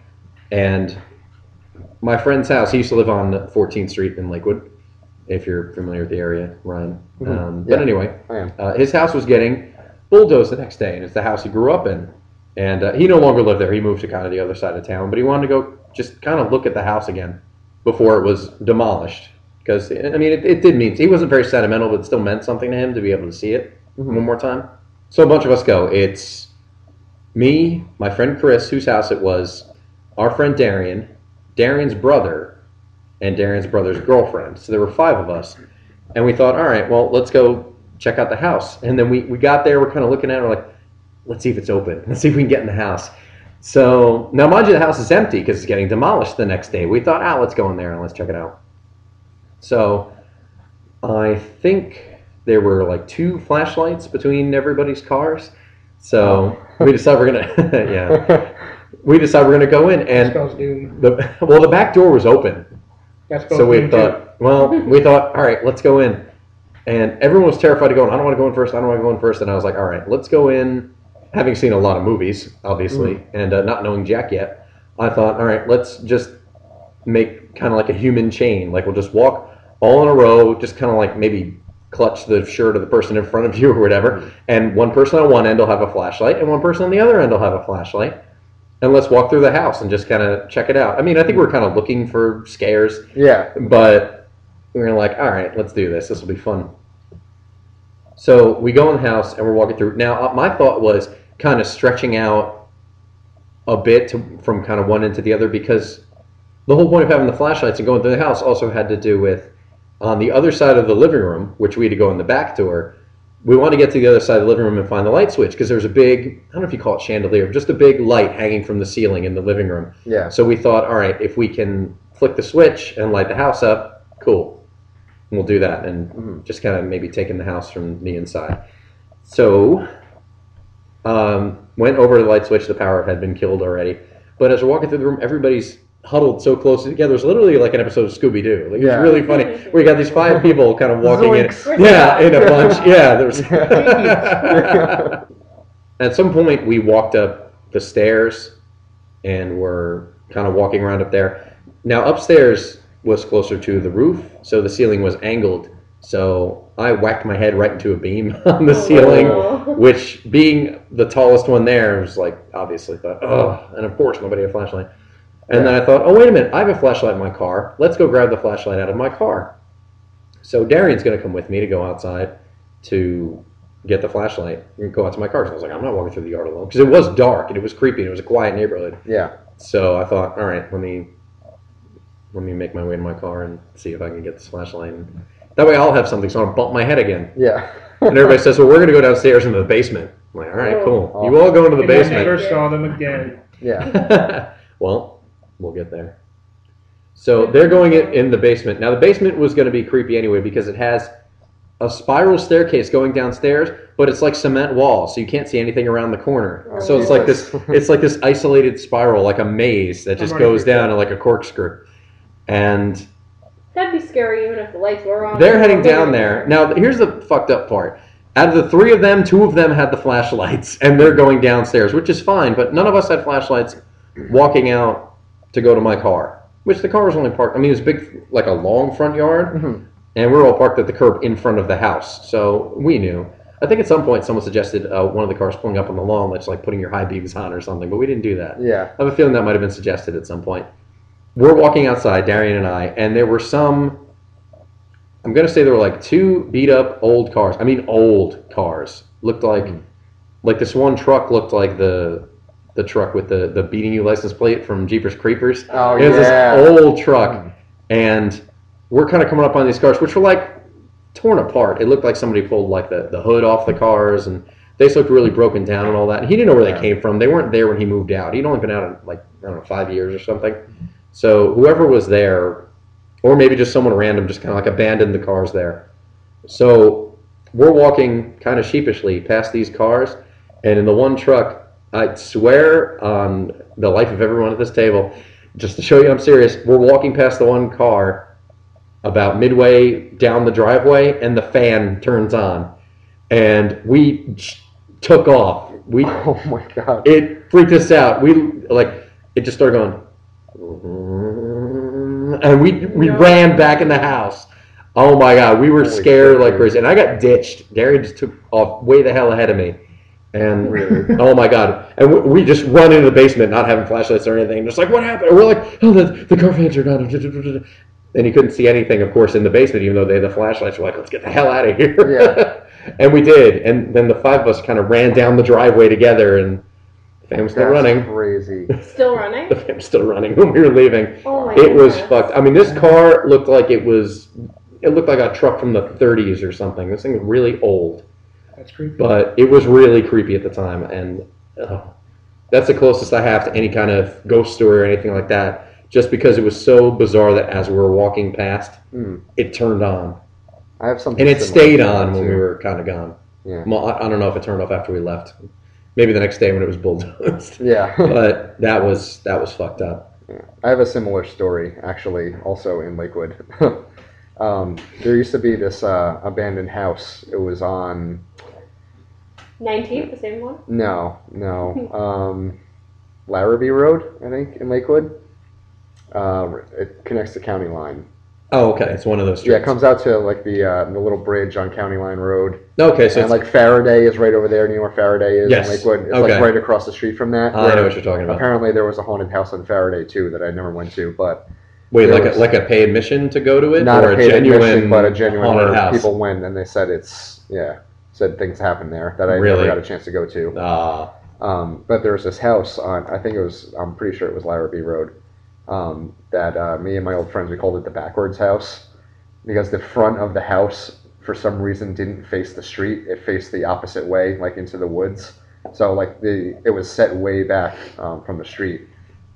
And my friend's house, he used to live on 14th Street in Lakewood, if you're familiar with the area, Ryan.
Mhm.
Um,
Yeah.
But anyway,
I am.
uh, his house was getting bulldozed the next day, and it's the house he grew up in. And uh, he no longer lived there. He moved to kind of the other side of town, but he wanted to go just kind of look at the house again before it was demolished. Because, I mean, it, it did mean, he wasn't very sentimental, but it still meant something to him to be able to see it one more time. So a bunch of us go. It's me, my friend Chris, whose house it was, our friend Darian, Darian's brother, and Darian's brother's girlfriend. So there were five of us. And we thought, all right, well, let's go check out the house. And then we, we got there, we're kind of looking at it, we're like, let's see if it's open. Let's see if we can get in the house. So now, mind you, the house is empty because it's getting demolished the next day. We thought, ah, let's go in there and let's check it out. So I think there were like two flashlights between everybody's cars. So we decided we're gonna, yeah, we decided we're gonna go in,
That
and
spells doom.
the well, the back door was open,
That spells
so we
doom too.
thought, well, we thought, all right, let's go in. And everyone was terrified to go in. I don't want to go in first. I don't want to go in first. And I was like, all right, let's go in. Having seen a lot of movies, obviously, and uh, not knowing Jack yet, I thought, all right, let's just make kind of like a human chain. Like we'll just walk all in a row, just kind of like maybe clutch the shirt of the person in front of you or whatever. And one person on one end will have a flashlight, and one person on the other end will have a flashlight. And let's walk through the house and just kind of check it out. I mean, I think we're kind of looking for scares
Yeah.
but we were like, all right, let's do this. This will be fun. So we go in the house and we're walking through. Now, uh, my thought was kind of stretching out a bit to, from kind of one end to the other because the whole point of having the flashlights and going through the house also had to do with on the other side of the living room, which we had to go in the back door. We wanted to get to the other side of the living room and find the light switch because there was a big, I don't know if you call it chandelier, but just a big light hanging from the ceiling in the living room.
Yeah.
So we thought, all right, if we can flick the switch and light the house up, cool. And we'll do that and
Mhm.
just kind of maybe taking the house from the inside. So um, went over to the light switch. The power had been killed already. But as we're walking through the room, everybody's huddled so close together. It's literally like an episode of Scooby Doo. Like,
Yeah.
It's really funny. We got these five people kind of walking in.
Zoinks.
Yeah, in a bunch. Yeah, there was.
Yeah.
At some point, we walked up the stairs and were kind of walking around up there. Now, upstairs was closer to the roof, so the ceiling was angled. So I whacked my head right into a beam on the ceiling,
Oh.
which, being the tallest one there, was like obviously thought, oh, and of course, nobody had a flashlight. And then I thought, oh, wait a minute, I have a flashlight in my car. Let's go grab the flashlight out of my car. So Darian's going to come with me to go outside to get the flashlight and go out to my car. So I was like, I'm not walking through the yard alone. Because it was dark and it was creepy and it was a quiet neighborhood.
Yeah.
So I thought, all right, let me let me make my way to my car and see if I can get this flashlight. And that way I'll have something so I don't bump my head again.
Yeah.
And everybody says, well, we're going to go downstairs into the basement. I'm like, all right, cool. You all go into the
And I
basement.
never saw them again.
yeah.
well, we'll get there. So they're going in, in the basement. Now the basement was going to be creepy anyway because it has a spiral staircase going downstairs, but it's like cement wall, so you can't see anything around the corner.
Oh,
so it's like this
Jesus.
it's like this isolated spiral like a maze that just
I'm already
goes down in like a corkscrew. And
That'd be scary even if the lights were on.
they're heading down there. Now here's the fucked up part. Out of the three of them, two of them had the flashlights, and they're going downstairs, which is fine. But none of us had flashlights walking out to go to my car, which the car was only parked. I mean, it was big, like a long front yard,
Mhm.
and we were all parked at the curb in front of the house, so we knew. I think at some point someone suggested uh, one of the cars pulling up on the lawn, that's like putting your high beams on or something, but we didn't do that.
Yeah.
I have a feeling that might have been suggested at some point. We're walking outside, Darian and I, and there were some. I'm gonna say there were like two beat up old cars. I mean, old cars looked like, like this one truck looked like the, the truck with the the beating you license plate from Jeepers Creepers.
Oh
It was
yeah.
this old truck, and we're kind of coming up on these cars, which were like torn apart. It looked like somebody pulled like the, the hood off the cars, and they just looked really broken down and all that. And he didn't know where they
Yeah.
came from. They weren't there when he moved out. He'd only been out in like I don't know five years or something. So whoever was there, or maybe just someone random, just kind of like abandoned the cars there. So we're walking kind of sheepishly past these cars, and in the one truck, I swear on the life of everyone at this table, just to show you I'm serious, we're walking past the one car about midway down the driveway, and the fan turns on, and we j- took off. We
Oh my god.
it freaked us out. We like it just started going, and we we
No.
ran back in the house. Oh my god, we were
Holy
scared
shit,
like
dude.
crazy, and I got ditched. Gary just took off way the hell ahead of me, and
Really?
oh my god, and we, we just run into the basement, not having flashlights or anything, just like what happened? And we're like, oh, the, the car fans are not. And you couldn't see anything, of course, in the basement, even though they had the flashlights. We're like, let's get the hell out of here.
Yeah.
and we did. And then the five of us kind of ran down the driveway together, and the fan was still
That's
running.
Crazy.
Still running?
The fan was still running when we were leaving.
Oh my
It was
goodness.
fucked. I mean, this car looked like it was. It looked like a truck from the 30s or something. This thing was really old,
That's creepy.
but it was really creepy at the time. And oh, that's the closest I have to any kind of ghost story or anything like that, just because it was so bizarre that as we were walking past,
Hmm.
it turned on.
I have something.
And it
similar
stayed
to that,
on when we
too.
were kind of gone.
Yeah.
Well, I, I don't know if it turned off after we left. Maybe the next day when it was bulldozed.
Yeah.
but that was that was fucked up.
I have a similar story, actually, also in Lakewood. um, there used to be this uh, abandoned house. It was on.
19th, the same one?
No, no. Um, Larrabee Road, I think, in Lakewood. Uh, it connects to County Line.
Oh, okay. It's one of those
Yeah, it
streets.
comes out to like the uh, the little bridge on County Line Road,
okay, so it's,
and like Faraday is right over there. Do You know where Faraday is
Yes.
in Lakewood? It's
Okay.
like right across the street from that.
I
where
know what you're talking about.
Apparently, there was a haunted house on Faraday too that I never went to, but
Wait,
there
like
was-
a, like a pay admission to go to it,
not
or
a paid
genuine,
admission, but a genuine
haunted
where
house?
people went and they said it's yeah said things happened there that I
Really?
never got a chance to go to.
Ah,
Um, but there was this house on I think it was I'm pretty sure it was Larrabee Road um, that uh, me and my old friends we called it the backwards house because the front of the house for some reason didn't face the street it faced the opposite way like into the woods so like the it was set way back um, from the street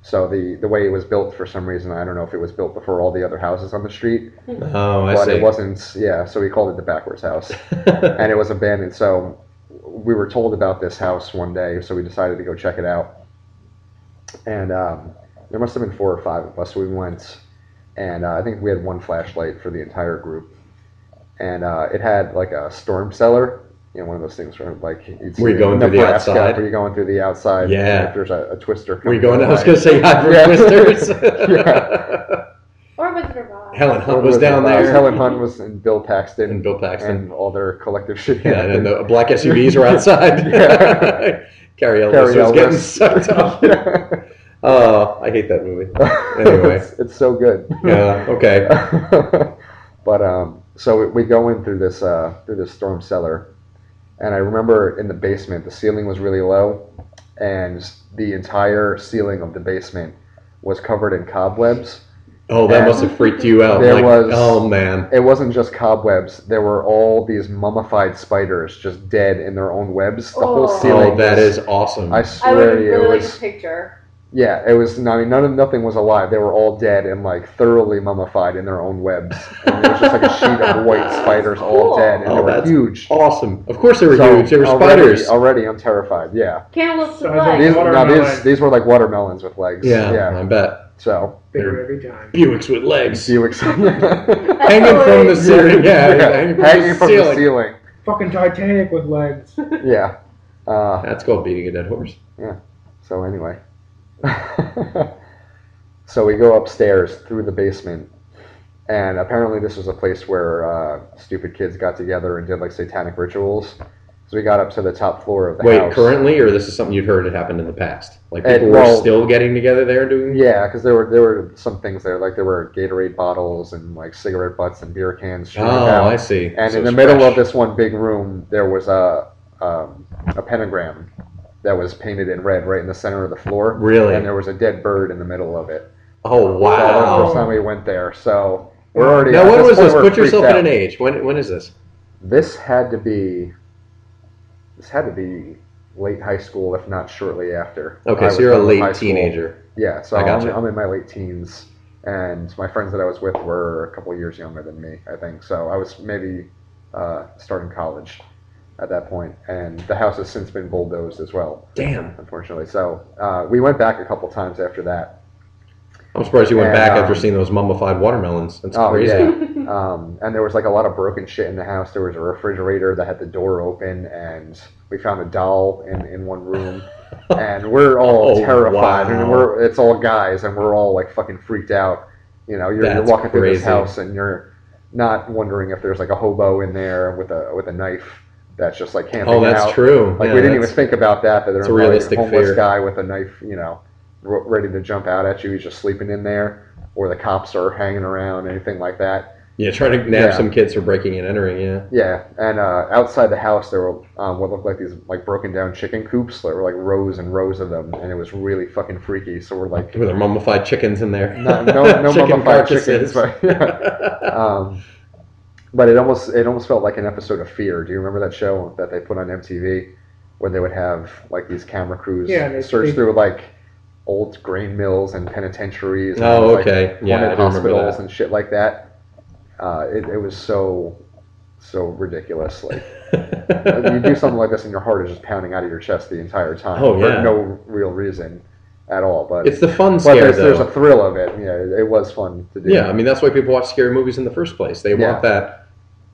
so the the way it was built for some reason I don't know if it was built before all the other houses on the street
oh, I
but
see.
it wasn't yeah so we called it the backwards house and it was abandoned so we were told about this house one day so we decided to go check it out and um, there must have been four or five of us we went and uh, i think we had one flashlight for the entire group and uh, it had like a storm cellar you know one of those things where like it's
Were you going through the outside?
where you're going through the outside
Yeah.
if there's a, a twister
Were you going?
coming your
I was
way.
going to say yeah,
Yeah.
twisters.
Yeah.
Or was it a rock?
Helen
What
Hunt was
it?
down
Uh,
there.
Helen Hunt was and Bill Paxton
and Bill Paxton.
and all their collective shit.
Yeah, and the black SUVs were outside.
Yeah.
Carrie Elvis
Carrie
was
Elvis.
getting sucked off. Oh, I hate that movie. Anyway.
it's, it's so good. Hmm.
Yeah. Okay.
but um, so we, we go in through this uh, through this storm cellar, and I remember in the basement the ceiling was really low, and the entire ceiling of the basement was covered in cobwebs.
Oh, that must have freaked you out.
There
like,
was-
Oh man.
It wasn't just cobwebs; there were all these mummified spiders just dead in their own webs. The whole
Oh.
ceiling.
Oh, that
was-
is awesome.
I
I would
swear to you, it
really like
was
a picture.
Yeah, it was. I mean, none of nothing was alive. They were all dead and like thoroughly mummified in their own webs. And it was just like a sheet of white spiders, all
Cool.
dead, and
Oh,
they were
that's
huge.
awesome. Of course they were
So
huge. They were
already-
spiders.
Already, I'm terrified. Yeah,
Cannibals
So I
Supply.
Like
these, now
watermelon.
these, these were like watermelons with legs.
yeah,
yeah.
I bet.
So
Bigger every time.
Buicks with legs.
Buicks hanging
Hanging from the ceiling. Yeah, hanging from the
from
ceiling.
the ceiling.
Fucking Titanic with legs.
Yeah. Uh,
That's called beating a dead horse.
so anyway, so we go upstairs through the basement, and apparently this was a place where uh, stupid kids got together and did like satanic rituals. So we got up to the top floor of the
Wait,
house.
currently, or this is something you've heard it happened in the past? Like
Uh,
people were
well-
still getting together there and doing.
Yeah, because there were there were some things there, like there were Gatorade bottles and like cigarette butts and beer cans. strewn
Oh,
about.
I see.
And
So
in the
it's
middle
fresh.
of this one big room, there was a um, a pentagram that was painted in red right in the center of the floor.
Really?
And there was a dead bird in the middle of it.
Oh
So that was the first
wow.
time we went there. So we're already.
Now
at
when was
point,
this?
we're
Put yourself
freaked
in an
out.
age. When when is this?
This had to be. This had to be late high school, if not shortly after. I
Okay, so
was
you're a
done with high
late
school.
teenager.
Yeah, so
I
I
gotcha.
am I'm in my late teens, and my friends that I was with were a couple of years younger than me, I think. So I was maybe uh, starting college at that point, and the house has since been bulldozed as well,
Damn,
unfortunately. So uh, we went back a couple times after that.
I'm surprised you went
And,
back
um,
after seeing those mummified watermelons. That's
Oh,
crazy.
yeah. Um, and there was like a lot of broken shit in the house. There was a refrigerator that had the door open, and we found a doll in, in one room. and we're all
Oh,
terrified,
wow.
and we're it's all guys, and we're all like fucking freaked out. You know, you're, you're
That's
walking through this
crazy.
house, and you're not wondering if there's like a hobo in there with a with a knife that's just like camping
Oh, that's
out.
true.
Like
Yeah,
we didn't even
that's-
think about that. That there was
it's a
probably
realistic
a homeless
fear.
guy with a knife, you know, r- ready to jump out at you. He's just sleeping in there, or the cops are hanging around, anything like that.
Yeah, trying to nab
Yeah.
some kids for breaking and entering. Yeah.
Yeah, and uh, outside the house there were um, what looked like these like broken down chicken coops. There were like rows and rows of them, and it was really fucking freaky. So we're like,
Were there mummified chickens in there?
no, no, no
Chicken
mummified
carcasses.
chickens, but, um, but it almost it almost felt like an episode of Fear. Do you remember that show that they put on MTV where they would have like these camera crews
Yeah, they-
search
they-
through like old grain mills and penitentiaries? and,
Oh,
like,
okay. Yeah, I
haunted
do remember
hospitals
that.
and shit like that. Uh, it, it was so so ridiculous. Like you do something like this, and your heart is just pounding out of your chest the entire time
Oh, yeah.
for no real reason at all. But
it's the fun
but
scare
there's,
though.
there's a thrill of it. Yeah, it, it was fun to do.
yeah, I mean that's why people watch scary movies in the first place. They
Yeah.
want that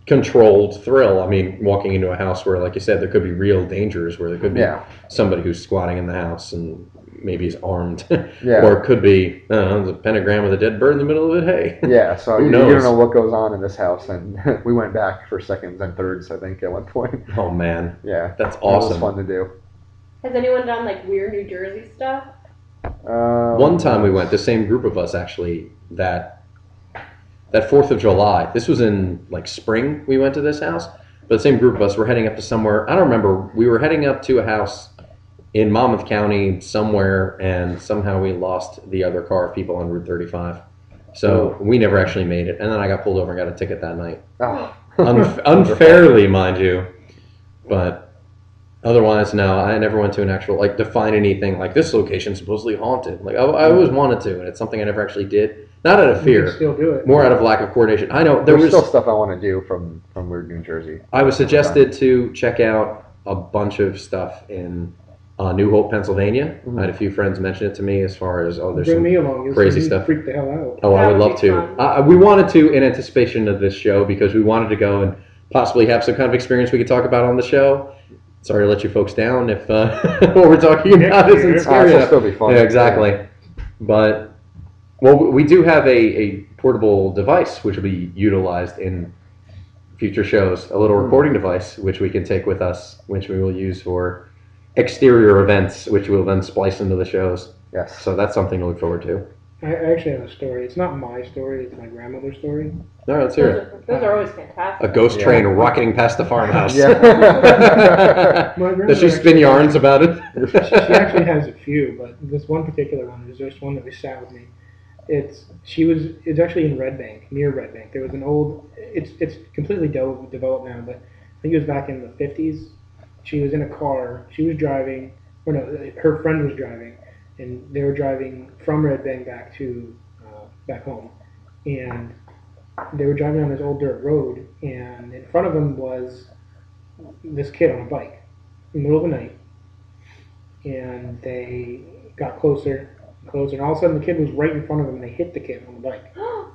controlled thrill. I mean, walking into a house where, like you said, there could be real dangers, where there could be
yeah,
somebody who's squatting in the house and maybe is armed,
yeah,
or it could be I don't know, the pentagram with a dead bird in the middle of it. Hey,
yeah. So
Who
you, you don't
knows?
know what goes on in this house, and we went back for seconds and thirds, I think, at one point.
oh man,
Yeah,
that's
It was
awesome.
fun to do.
Has anyone done like weird New Jersey stuff?
Um,
One time we went, the same group of us actually, that that Fourth of July. This was in like spring. We went to this house, but the same group of us were heading up to somewhere. I don't remember. We were heading up to a house in Monmouth County somewhere, and somehow we lost the other car of people on Route 35. So we never actually made it, and then I got pulled over and got a ticket that night,
Oh,
Unf unfairly, mind you. But otherwise, no, I never went to an actual like define anything like this location supposedly haunted. Like I, I always wanted to, and it's something I never actually did. Not out of
You can
fear,
still do it.
more out of lack of coordination. I know there
there's
was.
still stuff I want to do from from Weird New Jersey.
I was suggested to check out a bunch of stuff in uh, New Hope, Pennsylvania.
Mhm.
I had a few friends mention it to me as far as oh, there's
Bring
some
me along. You'll
crazy
see me
stuff.
Freak the hell out.
Oh, I
That
would
would
love
be
to. Uh, we wanted to in anticipation of this show because we wanted to go and possibly have some kind of experience we could talk about on the show. Sorry to let you folks down if uh, what we're talking
Next
about
year.
isn't
It's
Uh,
scary
it'll
enough.
still be fun.
Yeah, exactly. But well, we do have a, a portable device which will be utilized in future shows. A little
Hmm.
recording device which we can take with us, which we will use for exterior events, which we'll then splice into the shows.
Yes.
So that's something to look forward to.
I I actually have a story. It's not my story. It's my grandmother's story.
All right, let's
Those
hear it.
are, those are always fantastic.
A ghost
Yeah.
train rocketing past the farmhouse.
Yeah.
My grandmother
Does she spin
actually-
yarns about it?
she actually has a few, but this one particular one is just one that was sat with me. It's she was it's actually in Red Bank, near Red Bank. There was an old it's it's completely de- developed now, but I think it was back in the fifties. She was in a car. She was driving, or no, her friend was driving, and they were driving from Red Bank back to uh, back home, and they were driving on this old dirt road, and in front of them was this kid on a bike in the middle of the night and they got closer, closer, and all of a sudden the kid was right in front of them, and they hit the kid on the bike,
Oh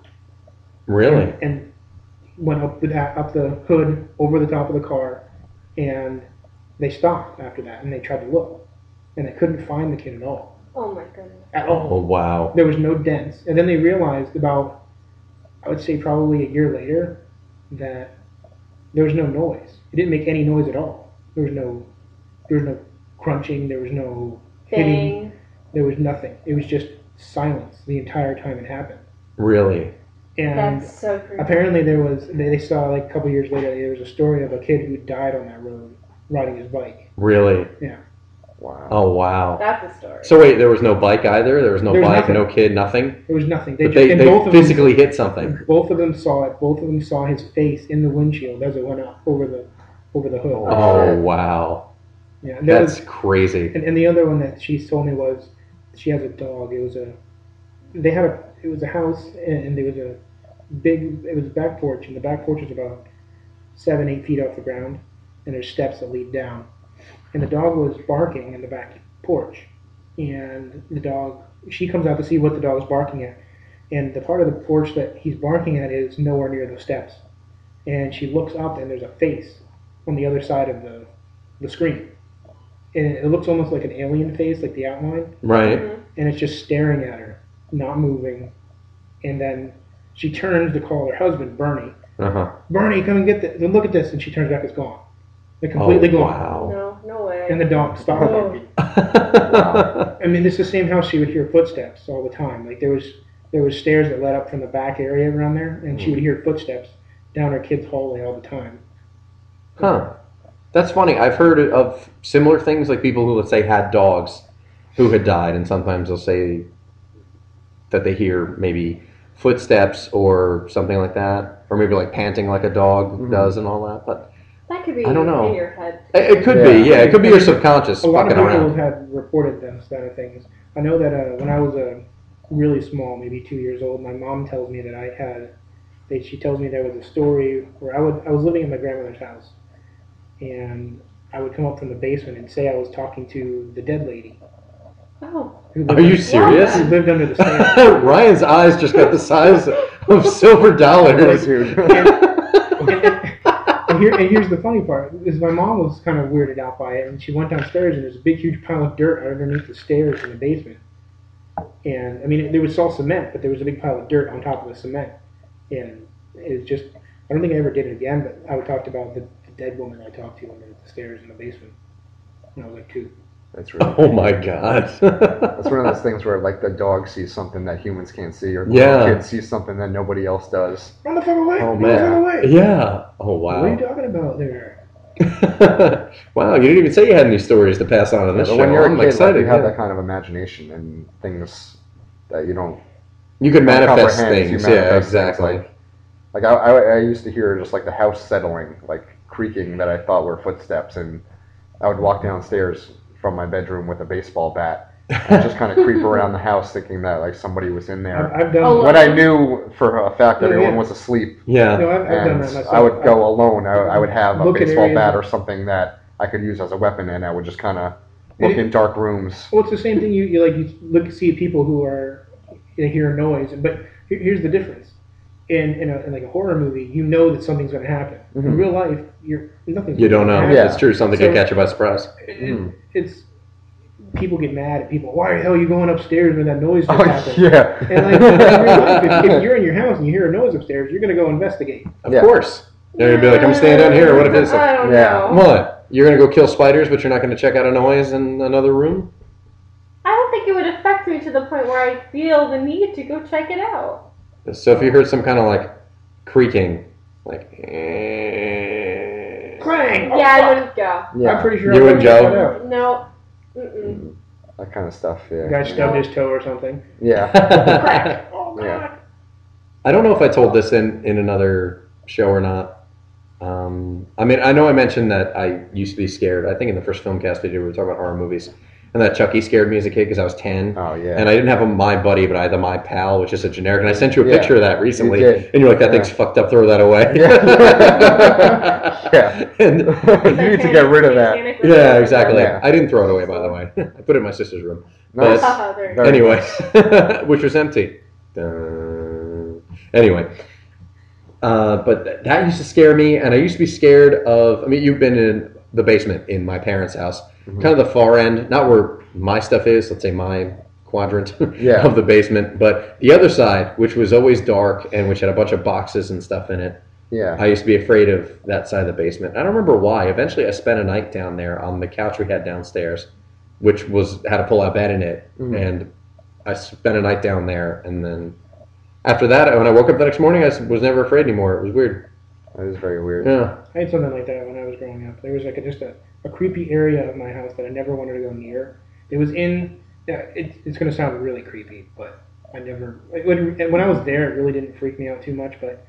really?
and went up the uh, up the hood, over the top of the car, and they stopped after that, and they tried to look, and they couldn't find the kid at all,
oh my goodness.
at all.
Oh wow.
There was no dents. And then they realized about, I would say probably a year later, that there was no noise. It didn't make any noise at all. There was no, there was no crunching. There was no hitting.
Bang.
There was nothing. It was just silence the entire time it happened.
Really?
And
That's so creepy.
apparently there was they, they saw like a couple years later there was a story of a kid who died on that road riding his bike.
Really?
Wow.
Oh wow.
That's a story.
So wait, there was no bike either. There was no
There was
bike,
nothing.
no kid, nothing.
There was nothing. They
But
just
they,
and
they
both of
physically hit something.
them both of them saw it. Both of them saw his face in the windshield as it went up over the over the hood.
Oh wow.
yeah, and that
That's
was
crazy.
and, and the other one that she told me was she has a dog. It was a they had a it was a house and, and there was a big it was a back porch and the back porch was about seven eight feet off the ground and there's steps that lead down and the dog was barking in the back porch and the dog she comes out to see what the dog's barking at and the part of the porch that he's barking at is nowhere near those steps and she looks up and there's a face on the other side of the the screen and it looks almost like an alien face like the outline
Right.
Mhm.
and it's just staring at her, not moving. And then she turns to call her husband, Bernie.
Uh huh.
Bernie, come and get this. And look at this. And she turns back, it's gone. Like completely
Oh,
gone.
wow.
No, no way.
And the dog stopped.
Oh.
I mean, it's the same house she would hear footsteps all the time. Like there was there was stairs that led up from the back area around there, and she would
Hmm.
hear footsteps down her kids' hallway all the time.
Huh. That's funny. I've heard of similar things like people who, let's say, had dogs who had died, and sometimes they'll say that they hear maybe footsteps or something like that, or maybe like panting like a dog
Mm-hmm.
Mhm.
does and all that. But
that could be
I don't know.
in your head.
it, it could be,
Yeah.
yeah, it could be your subconscious
a lot of
fucking
people
around.
had reported those kind of things. I know that uh, when I was uh, really small, maybe two years old, my mom tells me that I had. That she tells me there was a story where I would I was living in my grandmother's house, and I would come up from the basement and say I was talking to the dead lady.
Oh.
Who
Are you
lived-
serious?
Who lived under the stairs.
Ryan's eyes just got the size of silver
Really,
dollars.
dude.
and, here, and here's the funny part is my mom was kind of weirded out by it and she went downstairs and there's a big huge pile of dirt underneath the stairs in the basement and i mean there was all cement but there was a big pile of dirt on top of the cement and it was just i don't think i ever did it again but i talked about the, the dead woman i talked to under the stairs in the basement when i was like two
That's really.
Oh my god.
That's one of those things where like the dog sees something that humans can't see, or the
Yeah.
kid sees something that nobody else does.
run the fuck away
Oh,
run
man.
the fuck away
yeah. Oh
what are you
wow.
talking about there
wow, you didn't even say you had any stories to pass on in this
But
show.
when you're a
I'm
kid, like,
excited.
you have
yeah.
that kind of imagination and things that you don't
You can manifest
comprehend, you
things. yeah,
manifest things,
exactly.
like- Like I, I, I used to hear just like the house settling, like creaking that I thought were footsteps, and I would walk downstairs from my bedroom with a baseball bat and just kind of creep around the house, thinking that like somebody was in
i've,
there.
I've done
Oh,
When I knew for a fact that
Yeah,
everyone
yeah.
was asleep,
yeah.
no, I've, I've done
and
that myself
I would go alone. I, I would have a
Look at
baseball
areas-
bat or something that I could use as a weapon, and I would just kind of look
It-
in dark rooms.
Well, it's the same thing. You, you like you look see people who are they hear a noise, but here, here's the difference. In in, a, in like a horror movie, you know that something's going to happen. In
Mhm.
real life, you're nothing's
Mm-hmm. You don't know. Mm-hmm.
gonna
Yeah.
happen.
It's true. Something
So-
can catch you by surprise.
It-
Mhm.
it, it's people get mad at people. Why the hell are you going upstairs when that noise just
Oh
happened?
yeah,
And like in real life, if, if you're in your house and you hear a noise upstairs, you're going to go investigate.
Of
Yeah.
course. They're gonna be like, I'm staying down here. What if it's like,
I don't
Yeah.
know.
what? You're gonna go kill spiders, but you're not gonna check out a noise in another room?
I don't think it would affect me to the point where I feel the need to go check it out.
So if you heard some kind of like creaking, like eh,
Clang! Oh,
yeah, I
fuck.
wouldn't go.
I'm pretty sure
You
I
and
would've checked
Joe?
that out.
No. Mm-mm.
Mm, that kind of stuff. Yeah.
The guy stubbed his toe or something.
Yeah.
I
Oh, God.
Yeah.
don't know if I told this in in another show or not. Um, I mean, I know I mentioned that I used to be scared. I think in the first film cast I did, we were talking about horror movies, and that Chucky scared me as a kid because I was ten.
Oh yeah.
And I didn't have a my buddy, but I had the my pal, which is a generic. And I sent you a
Yeah.
picture of that recently,
You did.
and you're like, "That
Yeah.
thing's fucked up. Throw that away."
Yeah. Yeah.
And-
you need to get rid of that.
Satanic ritual.
yeah, exactly.
Yeah.
I didn't throw it away, by the way. I put it in my sister's room. That's-
Nice.
Haha, there you
Very
anyway, which was empty. Dun. Anyway, uh, but th- that used to scare me, and I used to be scared of. I mean, you've been in the basement in my parents' house,
Mhm.
kind of the far end, not where my stuff is. Let's say my quadrant
Yeah.
of the basement, but the other side, which was always dark and which had a bunch of boxes and stuff in it.
Yeah.
I used to be afraid of that side of the basement. I don't remember why. Eventually, I spent a night down there on the couch we had downstairs, which was had a pull-out bed in it,
Mm-hmm.
Mhm.
and I spent a night down there. And then after that, when I woke up the next morning, I s- was never afraid anymore. It was weird.
That is very weird.
Yeah,
I had something like that when I was growing up. There was like a, just a, a creepy area of my house that I never wanted to go near. It was in. Yeah, it, it's going to sound really creepy, but I never. It would, and when I was there, it really didn't freak me out too much. But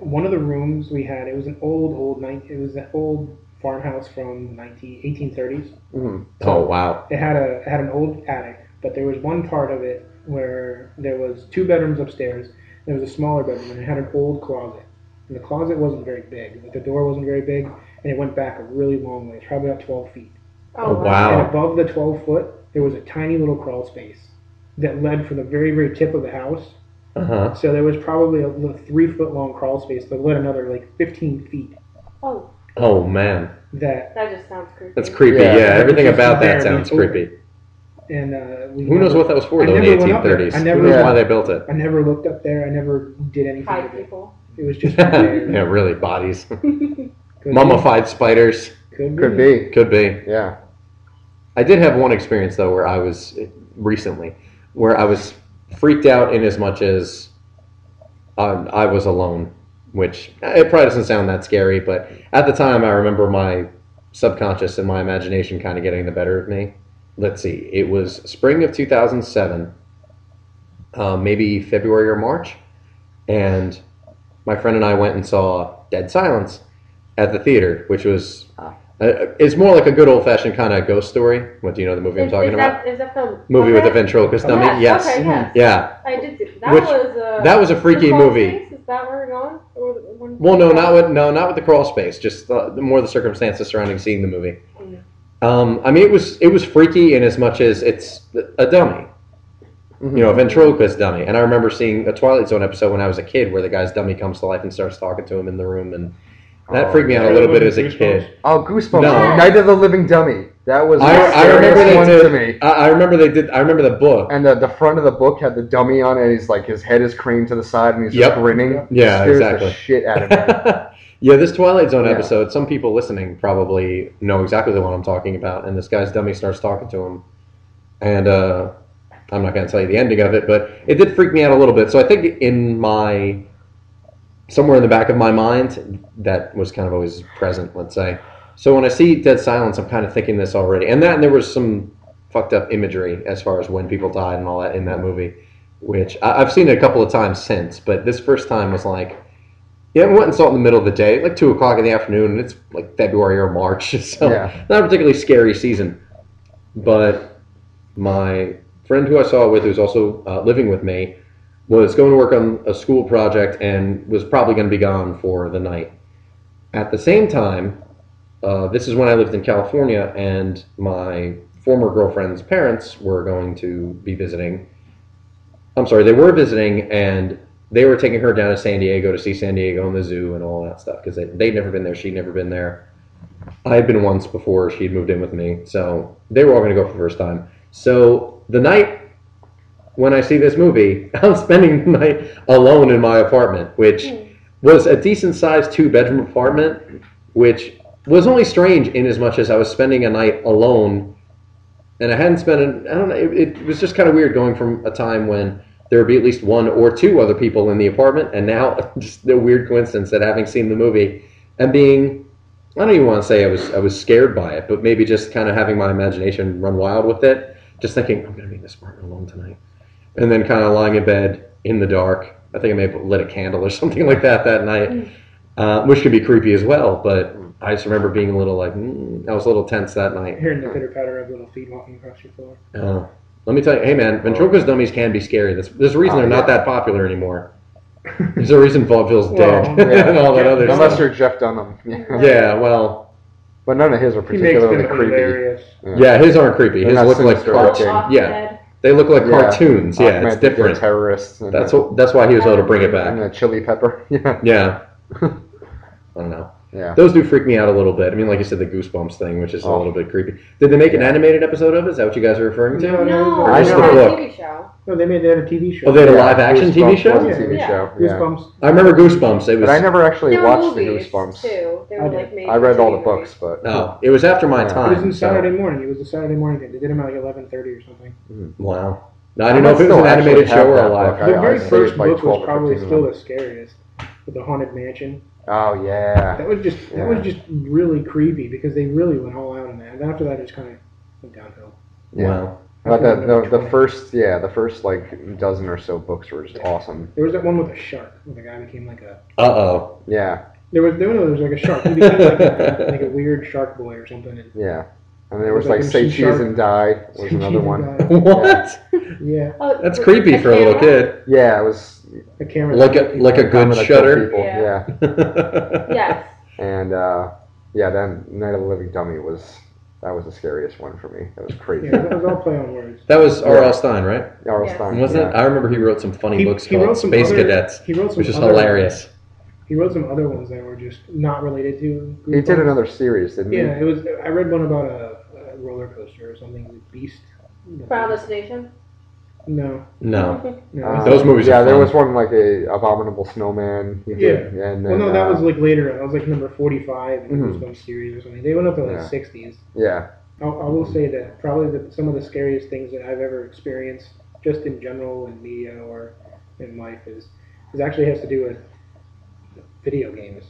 one of the rooms we had, it was an old, old night. It was an old farmhouse from 19, 1830s.
Mhm.
Oh wow.
It had a it had an old attic, but there was one part of it where there was two bedrooms upstairs. and There was a smaller bedroom, and it had an old closet. And the closet wasn't very big. Like the door wasn't very big, and it went back a really long way. It's probably about 12 feet.
Oh, wow.
And above the 12 foot, there was a tiny little crawl space that led from the very very tip of the house.
Uh huh.
So there was probably a little three foot long crawl space that led another like 15 feet.
Oh,
Oh man,
That
that just sounds creepy.
that's creepy.
Yeah.
Yeah, everything
Just
about that
there,
sounds
it's over.
creepy.
and uh, we
Who knows what that was for
I
though? In the
never went up there.
1830s.
I never-
Who knows
Yeah.
why they built it?
I never looked up there. I never did anything.
Hi,
with it.
people.
It was just there.
yeah, really bodies,
Could be.
mummified spiders.
Could be.
Could be.
Could be.
Yeah.
I did have one experience though where I was recently, where I was freaked out in as much as um, I was alone, which it probably doesn't sound that scary, but at the time I remember my subconscious and my imagination kind of getting the better of me. Let's see, it was spring of 2007, uh, maybe February or March, and my friend and I went and saw Dead Silence at the theater, which was.
Ah.
Uh, it's more like a good old fashioned kind of ghost story. What do you know the movie I'm
Is-
talking
is
about?
that, is that the
Movie with the
okay.
ventriloquist dummy?
Yes,
Yes. Mm-hmm.
Okay, yes.
Yeah.
I did see that.
Which-
was a
That was a freaky
the Crawl
movie.
Space? Is that where we're going? Or the one-
Well, no, not with no, not with the crawl space. Just uh, the, the more the circumstances surrounding seeing the movie.
Mm.
Um, I mean, it was it was freaky in as much as it's a dummy,
Mhm.
you know, a ventriloquist dummy. And I remember seeing a Twilight Zone episode when I was a kid, where the guy's dummy comes to life and starts talking to him in the room, and that
Oh,
freaked me out a little bit as a
Goosebumps?
kid.
Oh, Goosebumps!
No.
Night of the Living Dummy. That was
I-
the
I remember
scariest
they
one
did-
to me.
I, I remember they did. I remember the book.
And the, the front of the book had the dummy on it. He's like his head is craned to the side and he's
Yep.
just grinning.
Yeah,
Scares
exactly.
the shit out of me.
yeah, this Twilight Zone
Yeah.
episode, some people listening probably know exactly the one I'm talking about, and this guy's dummy starts talking to him. And uh, I'm not going to tell you the ending of it, but it did freak me out a little bit. So I think in my, somewhere in the back of my mind, that was kind of always present, let's say. So when I see Dead Silence, I'm kind of thinking this already. And that, and there was some fucked up imagery as far as when people died and all that in that movie, which I, I've seen it a couple of times since, but this first time was like, yeah, we went and saw it in the middle of the day, like two o'clock in the afternoon, and it's like February or March, so
Yeah.
not a particularly scary season. But my friend who I saw it with, who's also uh, living with me, was going to work on a school project and was probably going to be gone for the night. At the same time, uh, this is when I lived in California, and my former girlfriend's parents were going to be visiting. I'm sorry, they were visiting, and they were taking her down to San Diego to see San Diego and the zoo and all that stuff because they, they'd never been there, she'd never been there. I had been once before she'd moved in with me, so they were all going to go for the first time. So the night when I see this movie, I'm spending the night alone in my apartment, which
Hmm.
was a decent sized two bedroom apartment, which was only strange in as much as I was spending a night alone and I hadn't spent. An, I don't know. It, it was just kind of weird going from a time when there would be at least one or two other people in the apartment, and now just the weird coincidence that having seen the movie and being, I don't even want to say I was I was scared by it, but maybe just kind of having my imagination run wild with it, just thinking I'm going to be this Martin alone tonight, and then kind of lying in bed in the dark. I think I may have lit a candle or something like that that night, uh, which could be creepy as well. But I just remember being a little like mm, I was a little tense that night.
Hearing the pitter patter of little feet walking across your floor.
Uh, let me tell you, hey man, ventriloquist dummies can be scary. That's, there's a reason
Oh,
they're not
yeah.
that popular anymore. There's a reason vaudeville's dead
Well,
yeah.
and all that other
Unless
stuff.
you're Jeff Dunham. Yeah.
Yeah, well,
But none of his are
He makes
particularly
them
creepy.
hilarious.
yeah, his aren't creepy.
They're
His
not
look like
sinister
cartoons.
looking.
Off
Yeah,
bed.
they look like
Yeah.
cartoons. Yeah, it's
Ahmed, they're
different.
Terrorists. And
That's what, that's why he was able to bring it
And
back.
a chili pepper. Yeah.
Yeah, I don't know.
Yeah.
Those do freak me out a little bit. I mean, like you said, the goosebumps thing, which is a
Oh.
little bit creepy. Did they make an
Yeah.
animated episode of it? Is that what you guys are referring to?
No,
No,
I
it's
know.
not a
Look.
TV show.
No, they made they had a TV show.
Oh, they had a
Yeah,
live action TV
Goosebumps was
show.
a TV
Yeah.
show. Yeah.
Goosebumps.
I remember Goosebumps. It was
But I never actually
There were
watched the
movies,
Goosebumps.
Too. They
I
were
did.
like made
I read
into
all the
movies.
books, but
No, Oh, it was after my
Yeah.
time.
It was on
so-
Saturday morning. It was a Saturday morning thing. They did them at like eleven thirty or something.
Wow. No, I didn't know if it was
still
an animated show
actually have
or
that
a live.
book.
The
I-
very
I'd say
first
it's like
book
12
was
or
probably
15
still
of
the scariest, with the haunted mansion.
oh yeah,
That was just that was just really creepy because they really went all out on that. And after that, it just kind of went downhill.
Yeah.
Wow.
But
That was
the,
number
the, the
20.
first yeah the first like dozen or so books were just awesome.
there was that one with a shark, where the guy became like a
Uh oh.
Yeah,
there was no no there was like a shark. He became like a, like a weird shark boy or something. And
yeah. And there was
Like
like
when
say
she
cheese
started-
and die was another one.
What?
Yeah,
Oh,
That's
with
creepy
a
for a little
camera?
kid.
Yeah, it was
the camera.
Like a like a
kind
good
of like those
shutter.
People.
Yeah.
Yeah.
Yes.
and uh, yeah, then Night of the Living Dummy was that was the scariest one for me. That was crazy.
Yeah, that was all play on words.
That was R.L. Stein, right?
Arl
Yeah.
Stein,
Wasn't it?
yeah.
I remember he wrote some funny
He-
books
he
called
wrote some
Space
other-
Cadets,
He wrote some
which is
other,
hilarious.
He wrote some other ones that were just not related to.
He did
Goosebumps.
another series, didn't
Yeah, it was. I read one about a, a roller coaster or something. The Beast.
Final Destination.
No,
No.
he?
no.
Uh,
Those movies are
Yeah, there
fun.
was one like a Abominable Snowman. He did, and
well,
then,
no, that
uh,
was like later. That was like number forty-five in
Mhm.
the Goosebumps series or something. They went up to
Yeah.
like sixties.
yeah,
I will say that probably the, some of the scariest things that I've ever experienced, just in general in media or in life, is is actually has to do with video games.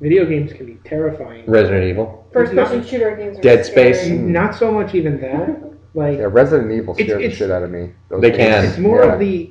Video games can be terrifying.
Resident Evil.
First person
Not-
shooter games. Are
Dead
scary.
Space.
Not so much even that. Like
yeah. Resident Evil
It's-
scared the
it's-
shit out of me. Those
They
games.
can.
it's more
yeah.
of the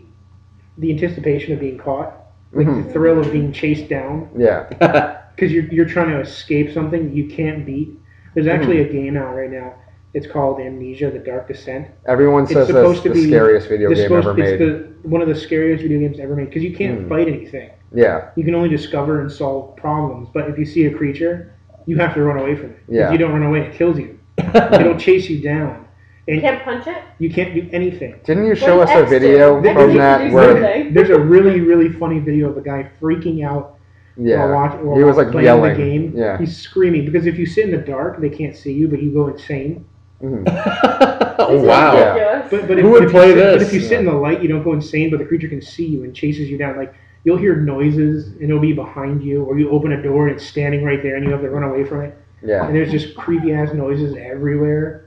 the anticipation of being caught, like
Mhm.
the thrill of being chased down,
Yeah,
because you're you're trying to escape something you can't beat. There's actually
Mm-hmm.
a game out right now. It's called Amnesia: The Dark Descent.
everyone
It's
says that's
supposed to
the
be-
scariest video
This
game
supposed
ever
to be
made.
the, one of the scariest video games ever made because you can't
Hmm.
fight anything.
Yeah,
You can only discover and solve problems. But if you see a creature, you have to run away from it.
Yeah.
If you don't run away, it kills you. It'll chase you down,
You
and
can't punch it.
you can't do anything.
didn't you show
What
us a
X did.
video
X did
from
to
that
do
where?
something.
There's a really really funny video of a guy freaking out while
Yeah,
watching.
He was, like,
playing
yelling.
The game.
Yeah.
He's screaming because if you sit in the dark, they can't see you, but you go insane.
Mhm.
This is
Oh, wow.
Yeah.
ridiculous.
But but
Who
if,
would
but if
play
you sit, But
this?
if you sit in the light, you don't go insane, but the creature can see you and chases you down. Like you'll hear noises and it'll be behind you, or you open a door and it's standing right there, and you have to run away from it.
yeah.
And there's just creepy ass noises everywhere.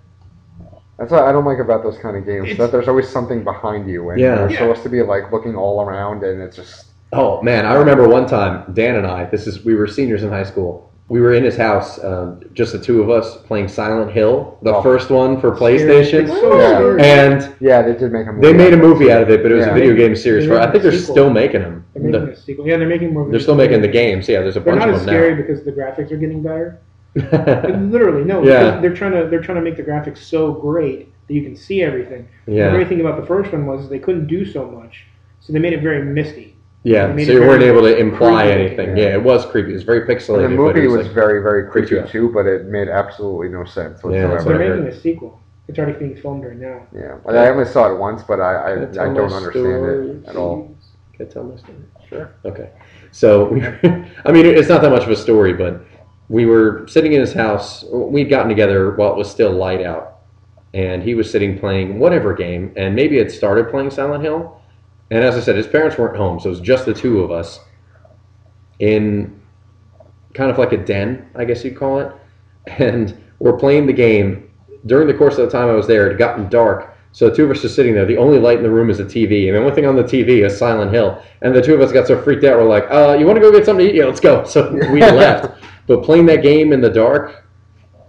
That's what I don't like about those kind of games.
It's-
that there's always something behind you, and
Yeah.
you're
Yeah.
supposed to be like looking all around, and it's just
Oh man, I remember one time Dan and I. This is we were seniors in high school. We were in his house, um, just the two of us, playing Silent Hill, the
Oh.
first one for
Seriously,
PlayStation,
It's so
Yeah.
scary.
and
yeah, they did make a movie.
they made a movie out of it, but it was
Yeah.
a video game series.
They're
For I think they're
making a sequel.
still making them.
They're making a sequel. Yeah, they're making more.
They're still making the games. Yeah, there's a
They're
bunch
not as
of
scary
them
because the graphics are getting better.
now.
Literally, no.
Yeah.
because They're trying to they're trying to make the graphics so great that you can see everything. The
yeah,
great thing about the first one was they couldn't do so much, so they made it very misty.
yeah.
I mean,
So you
it's
weren't
very
able to imply
creepy.
anything. Yeah, it was creepy. It was very
And
pixelated.
the
but
movie
it
was
like-
very, very creepy
Yeah.
too, but it made absolutely no sense
Yeah, that's
So
what
whatsoever.
I
they're
heard.
making a sequel. It's already being filmed right now.
Yeah, But I only saw it once, but I, I,
Can I
I
tell
don't
my
understand
story,
it at all.
please? Can I tell my story? Sure. Okay. So, we, I mean, it's not that much of a story, but we were sitting in his house. We'd gotten together while it was still light out, and he was sitting playing whatever game, and maybe had started playing Silent Hill. And as I said, his parents weren't home, so it was just the two of us in kind of like a den, I guess you'd call it. And we're playing the game, during the course of the time I was there, it had gotten dark. So the two of us just sitting there. The only light in the room is a TV, and the only thing on the TV is Silent Hill. And the two of us got so freaked out, we're like, "Uh, you want to go get something to eat? Yeah, let's go." So we left. But playing that game in the dark,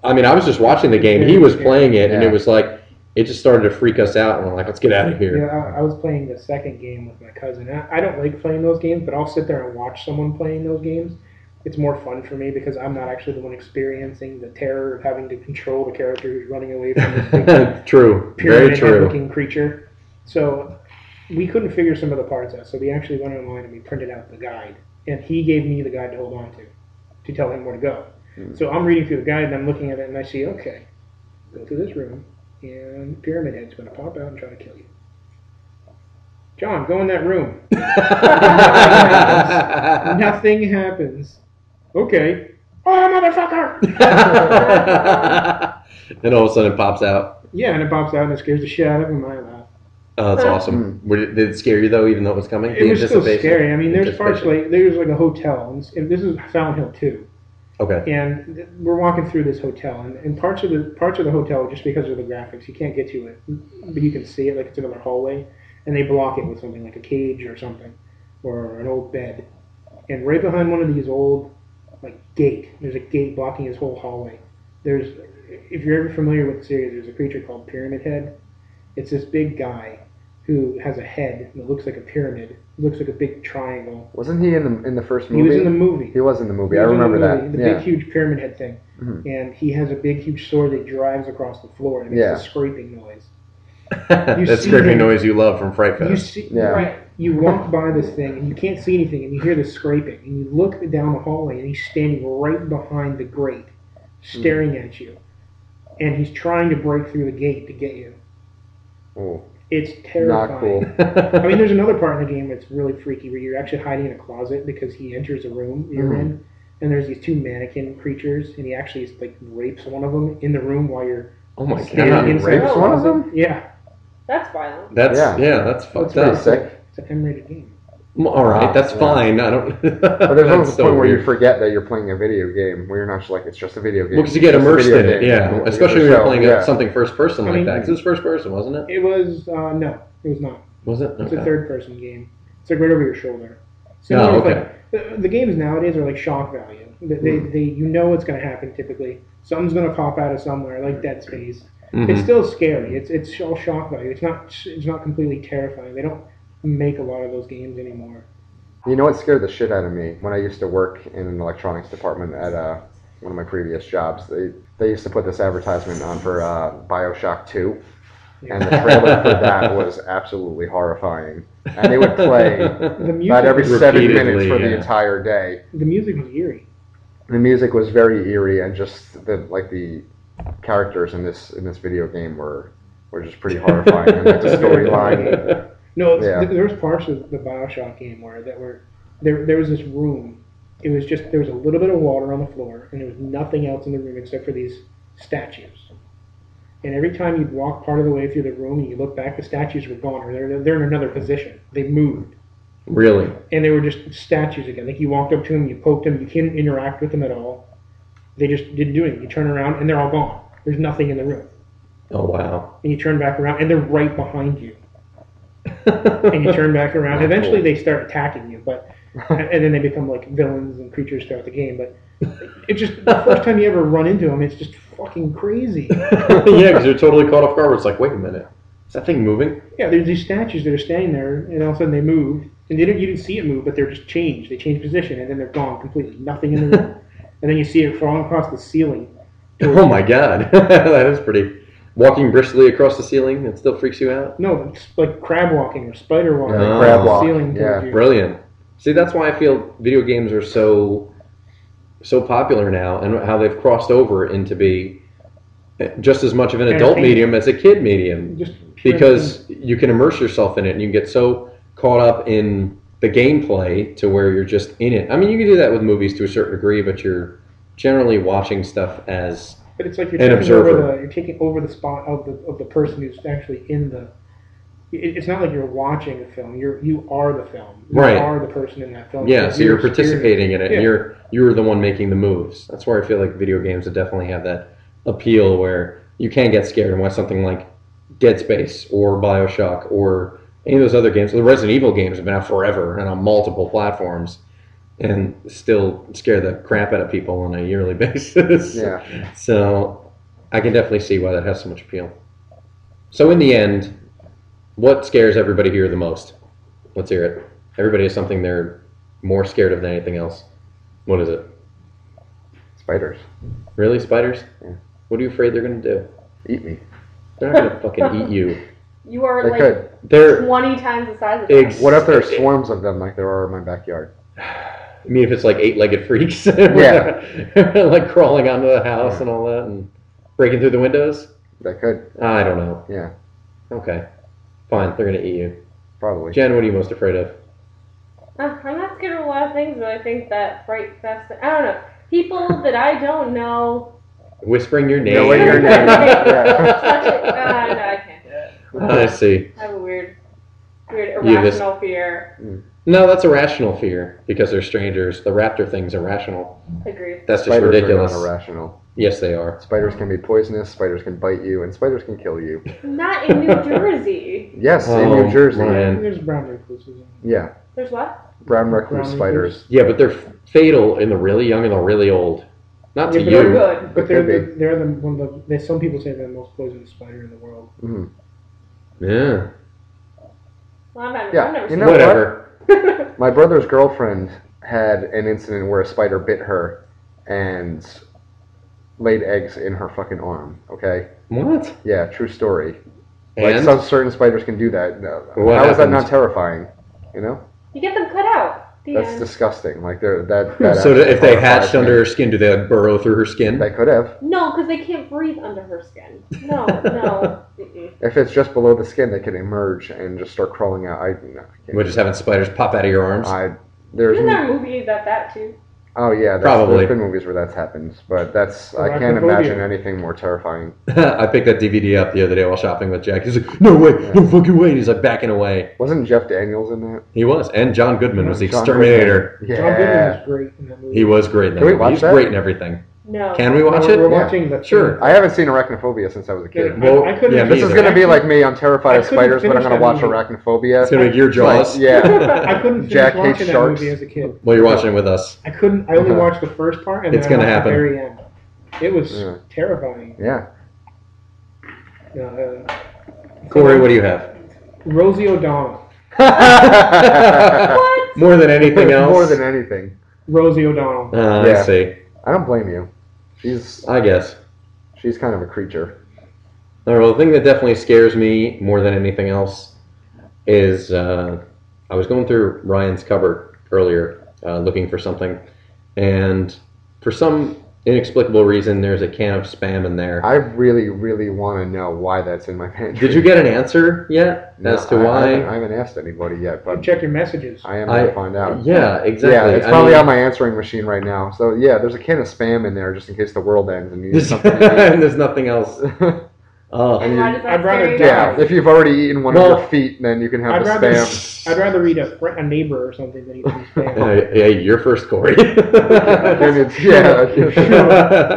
I mean, I was just watching the game. He was playing it, and it
Yeah.
was like it just started to freak us out. And we're like, "Let's get out of here."
Yeah, I, I was playing the second game with my cousin. And I, I don't like playing those games, but I'll sit there and watch someone playing those games. It's more fun for me because I'm not actually the one experiencing the terror of having to control the character who's running away from this big
true. Very
pyramid
true.
looking creature. So we couldn't figure some of the parts out. So we actually went online and we printed out the guide. And he gave me the guide to hold on to, to tell him where to go.
Hmm.
So I'm reading through the guide and I'm looking at it and I see, okay, go through this room and Pyramid Head's going to pop out and try to kill you. John, go in that room. Nothing happens. Okay. Oh, motherfucker!
and all of a sudden, it pops out.
Yeah, and it pops out and it scares the shit out of him. and I laugh.
Oh, that's awesome. Were- Did it scare you though, even though it was coming?
It was still
anticipation?
scary. I mean, there's parts
Anticipation.
like there's like a hotel, and s- and this is Silent Hill Two,
Okay.
and th- we're walking through this hotel, and, and parts of the parts of the hotel just because of the graphics, you can't get to it, but you can see it like it's another hallway, and they block it with something like a cage or something, or an old bed, and right behind one of these old like gate, there's a gate blocking this whole hallway. There's if you're ever familiar with the series, there's a creature called Pyramid Head. It's this big guy who has a head that looks like a pyramid, looks like a big triangle.
Wasn't he in the in the first
He
movie?
was in the movie.
He was in the movie.
He
I
was in the
remember
movie,
that.
The
yeah.
big, huge pyramid head thing.
Mhm.
And he has a big, huge sword that drives across the floor and makes
Yeah.
a scraping noise. You
that
see
scraping
him-
noise you love from Fright
You
Fest.
see,
Yeah.
Right.
you walk by this thing and you can't see anything and you hear the scraping and you look down the hallway and he's standing right behind the grate, staring at you, and he's trying to break through the gate to get you.
Ooh,
It's terrifying.
not cool.
I mean, there's another part in the game that's really freaky where you're actually hiding in a closet because he enters a room you're
Mhm.
in, and there's these two mannequin creatures, and he actually like rapes one of them in the room while you're
oh my
standing
god,
inside
rape?
the
Rapes one of
closet.
them?
Yeah,
That's violent.
That's yeah,
Yeah.
that's
That's
fucked
Pretty
up.
right.
sick.
it's an M-rated game.
M- All right, that's
Yeah.
fine. I don't.
But there's always
that's
a point
so
where you
weird.
forget that you're playing a video game, where you're not just like it's just a video game.
Well, 'cause you get
It's just a
immersed
video
in it,
game.
yeah.
Like,
Especially
it's
when
a
you're
show,
playing
yeah.
something first person
I
like
mean-
that. 'Cause it was first person, wasn't it?
It was uh, no, it was not.
Was it?
It's a
Okay.
third-person game. It's like right over your shoulder.
Oh,
to,
okay.
like, the, the games nowadays are like shock value. They, they, they you know what's going to happen typically. Something's going to pop out of somewhere, like Dead Space. It's
Mm-hmm.
Mhm.
still scary. It's it's all shock value. It's not it's not completely terrifying. They don't make a lot of those games anymore.
You know what scared the shit out of me when I used to work in an electronics department at uh, one of my previous jobs. They they used to put this advertisement on for uh, Bioshock Two, and the trailer for that was absolutely horrifying. And they would play
The music
about Uh, every seven
Repeatedly,
minutes for
yeah.
the entire day.
the music was eerie.
The music was very eerie, and just the like the characters in this in this video game were were just pretty horrifying. and like the storyline,
No, it's,
Yeah.
th- there was parts of the Bioshock game where that were there. There was this room. It was just there was a little bit of water on the floor, and there was nothing else in the room except for these statues. And every time you'd walk part of the way through the room and you look back, the statues were gone, or they're they're in another position. They moved.
really.
and they were just statues again. Like you walked up to them, you poked them, you couldn't interact with them at all. They just didn't do anything. You turn around and they're all gone. There's nothing in the room.
Oh wow.
And you turn back around and they're right behind you. And
and
you turn back around.
Not cool.
Eventually they start attacking you, but and and then they become like villains and creatures throughout the game. But it's just the first time you ever run into them, it's just fucking crazy.
yeah, because you're totally caught off guard. where It's like, wait a minute, is that thing moving?
Yeah, there's these statues that are standing there, and all of a sudden they move, and they didn't, you didn't see it move, but they're just changed. They changed position, and then they're gone completely. Nothing in the room. and then you see it falling across the ceiling.
Oh my god, that is pretty. Walking briskly across the ceiling, it still freaks you out.
No, it's like crab walking or spider walking.
Yeah,
across
crab
the
walk,
Ceiling
yeah.
towards you.
Brilliant. See, that's why I feel video games are so so popular now, and how they've crossed over into be eh, just as much of an adult
Entertainment.
medium as a kid medium.
Just pure
because you can immerse yourself in it and you can get so caught up in the gameplay to where you're just in it. I mean, you can do that with movies to a certain degree, but you're generally watching stuff as
entertainment. But it's like you're
an
taking
observer.
over the you're taking over the spot of the of the person who's actually in the. it- It's not like you're watching a film. You're you are the film. You
Right.
Are the person in that film.
yeah, so you're participating in it. And
Yeah.
you're you're the one making the moves. That's where I feel like video games would definitely have that appeal where you can get scared and why something like Dead Space or Bioshock or any of those other games. The Resident Evil games have been out forever and on multiple platforms and still scare the crap out of people on a yearly basis.
Yeah.
So I can definitely see why that has so much appeal. So in the end, what scares everybody here the most? Let's hear it. Everybody has something they're more scared of than anything else. What is it?
Spiders.
Really, spiders?
Yeah.
What are you afraid they're gonna do?
Eat me.
They're not gonna fucking eat you.
You are
They
like
could.
They're.
twenty times the size of
Ex-
them.
What if there are swarms of them like there are in my backyard?
I mean, if it's like eight-legged freaks,
Yeah.
like crawling onto the house
Yeah.
and all that, and breaking through the windows.
They could.
I don't know.
Yeah.
Okay. Fine. They're gonna eat you.
Probably.
Jen, what are you most afraid of?
Uh, I'm not scared of a lot of things, but I think that Fright Fest. I don't know. People that I don't know.
Whispering your name.
Knowing
your name, Touch it. Uh, no,
I
I can't.
see.
I have a weird, weird
You just-
irrational fear.
No, that's a rational fear because they're strangers. The raptor thing's irrational.
Agree.
That's just
Spiders
ridiculous.
are not irrational.
yes, they are.
Spiders can be poisonous. Spiders can bite you, and spiders can kill you.
Not in New Jersey.
Yes, in
Oh,
New Jersey.
man.
There's brown recluses.
Yeah,
There's what?
brown recluse
Brown
spiders.
Yeah, but they're f- fatal in the really young and the really old. Not to
Yeah, but
you.
They're good.
But
They
they're
could
the, they're the one of the. They, some people say they're the most poisonous spider in the world.
Mhm.
Yeah.
Well, I'm not,
Yeah,
I've never
you
seen
know
it.
Whatever.
My brother's girlfriend had an incident where a spider bit her and laid eggs in her fucking arm. Okay.
What?
Yeah, true story. Like
And
some certain spiders can do that. No,
What
how is that
happens?
not terrifying? You know,
You get them cut out. The
that's
end.
disgusting. Like they're that. that
so
actually
if they
horrifies
hatched
me.
under her skin, do they like burrow through her skin?
they could have.
No, because they can't breathe under her skin. No, no. Mm-mm.
If it's just below the skin, they can emerge and just start crawling out. I, no, I can't-
We're just having spiders pop out of your arms.
I there's
Isn't there a movie about that too?
oh yeah, that's,
Probably.
there's been movies where that's happened, but that's I can't
Arachnophobia.
imagine anything more terrifying.
I picked that DVD up the other day while shopping with Jack. He's like, "No way, no fucking way!" And he's like backing away.
Wasn't Jeff Daniels in that?
He was, and John Goodman was the
John
exterminator.
Goodman.
John Goodman
Yeah,
was great in that movie.
He was great. In that
Can we
movie.
watch
he's
that?
great in everything.
No.
Can we
No,
watch
we're,
it?
We're
Yeah.
watching the
Sure.
I haven't seen Arachnophobia since I was a
Yeah,
kid.
I-
Well,
I couldn't-
yeah, me
this is
either.
going to be like me. I'm terrified
I
of
couldn't
spiders, but I'm
finish
going to
that
watch
movie.
Arachnophobia.
It's gonna be your jaws.
yeah.
I couldn't finish
Jack hates
watching that
sharks.
movie as a kid.
well, you're watching it with us.
I couldn't. I only
Uh-huh.
watched the first part, and
It's
then I
gonna
watched
happen.
the very end. It was
Yeah.
terrifying.
yeah.
Uh,
Corey, what do you have?
Rosie O'Donnell.
What?
More than anything else.
More than anything.
Rosie O'Donnell.
Uh, I
Yeah.
see.
I don't blame you. She's
I guess.
she's kind of a creature.
All right, well, the thing that definitely scares me more than anything else is uh, I was going through Ryan's cupboard earlier uh, looking for something, and for some inexplicable reason, there's a can of spam in there.
I really, really want to know why that's in my pantry.
Did you get an answer yet
No,
as to
I- I, haven't,
why?
I haven't asked anybody yet, but
Check your messages.
I am
I-
going to find out.
yeah, exactly.
Yeah, it's
I
probably
mean-
on my answering machine right now. So yeah, there's a can of spam in there just in case the world ends and you need
There's,
something.
and there's nothing else.
to
Oh,
And why does that
I'd rather
scare you?
yeah, if you've already eaten one
Well,
of your feet, then you can have
I'd
the
rather-
spam.
I'd rather read a, fr- a neighbor or something than eat some spam.
Uh, yeah, yeah, you're first, Corey.
Can you, yeah,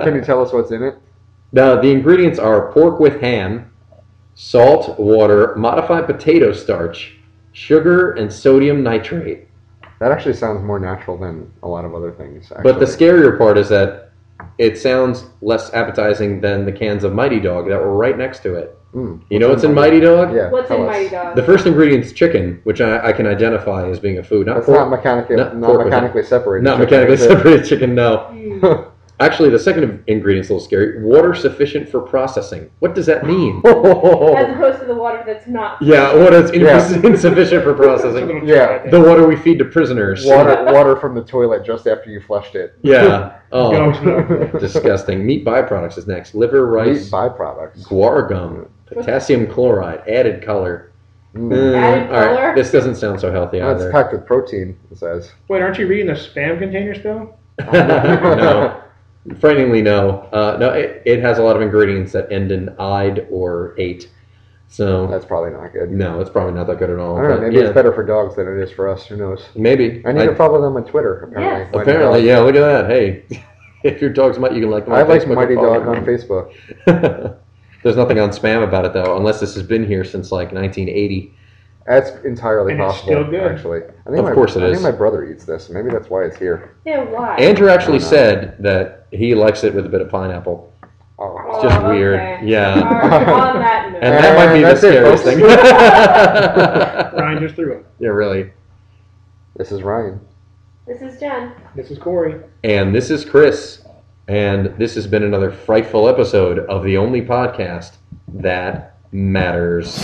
can you tell us what's in it?
Now, the ingredients are pork with ham, salt, water, modified potato starch, sugar, and sodium nitrate.
That actually sounds more natural than a lot of other things. Actually.
But the scarier part is that it sounds less appetizing than the cans of Mighty Dog that were right next to it.
Mm,
You know what's in Mighty Dog?
yeah,
What's
tell
in
us.
Mighty Dog?
The first ingredient is chicken, which I, I can identify as being a food, not
That's
pork,
not mechanically
not
not,
pork with
mechanically separated.
not
chicken,
mechanically
is it?
separated chicken. No,
Mm.
actually, the second ingredient's a little scary. Water sufficient for processing. What does that mean? Oh.
As opposed to the water that's not.
Yeah, what is
Yeah.
insufficient for
That's a
processing?
little
Yeah.
trick, I think.
The water we feed to prisoners.
Water, water from the toilet just after you flushed it.
Yeah.
You
Oh,
always know.
disgusting. Meat byproducts is next. Liver,
Meat
rice,
byproducts.
guar gum, potassium chloride, added color.
Mm.
Uh,
Added
all
color?
right, this doesn't sound so healthy
That's
either.
packed with protein. It says.
Wait, aren't you reading the spam container still?
no, frighteningly no. Uh, no, it, it has a lot of ingredients that end in "ide" or "ate," so
That's probably not good.
no, it's probably not that good at all.
I don't know.
but
Maybe
yeah,
it's better for dogs than it is for us. Who knows?
maybe.
I need
I-
to follow them on Twitter. Apparently,
Yes.
Mighty
apparently,
Dog.
yeah. Look at that. Hey, if your dog's might, you can like them. on
I like
Facebook or
Mighty
follow
Dog
them.
on Facebook.
All There's nothing on spam about it though, unless this has been here since like 1980.
That's entirely
And it's
possible.
still good.
Actually, I think
Of
my,
course it
I
is.
think my brother eats this. Maybe that's why it's here.
Yeah, why?
Andrew
I
actually
don't know.
said that he likes it with a bit of pineapple.
Oh.
It's just
Oh,
weird.
okay. All
Yeah.
right, on that note.
And that might be the
That's it,
scariest
folks.
thing.
Ryan just threw it.
yeah, really.
This is Ryan.
This is Jen.
This is Corey.
And this is Chris. And this has been another frightful episode of the only podcast that matters.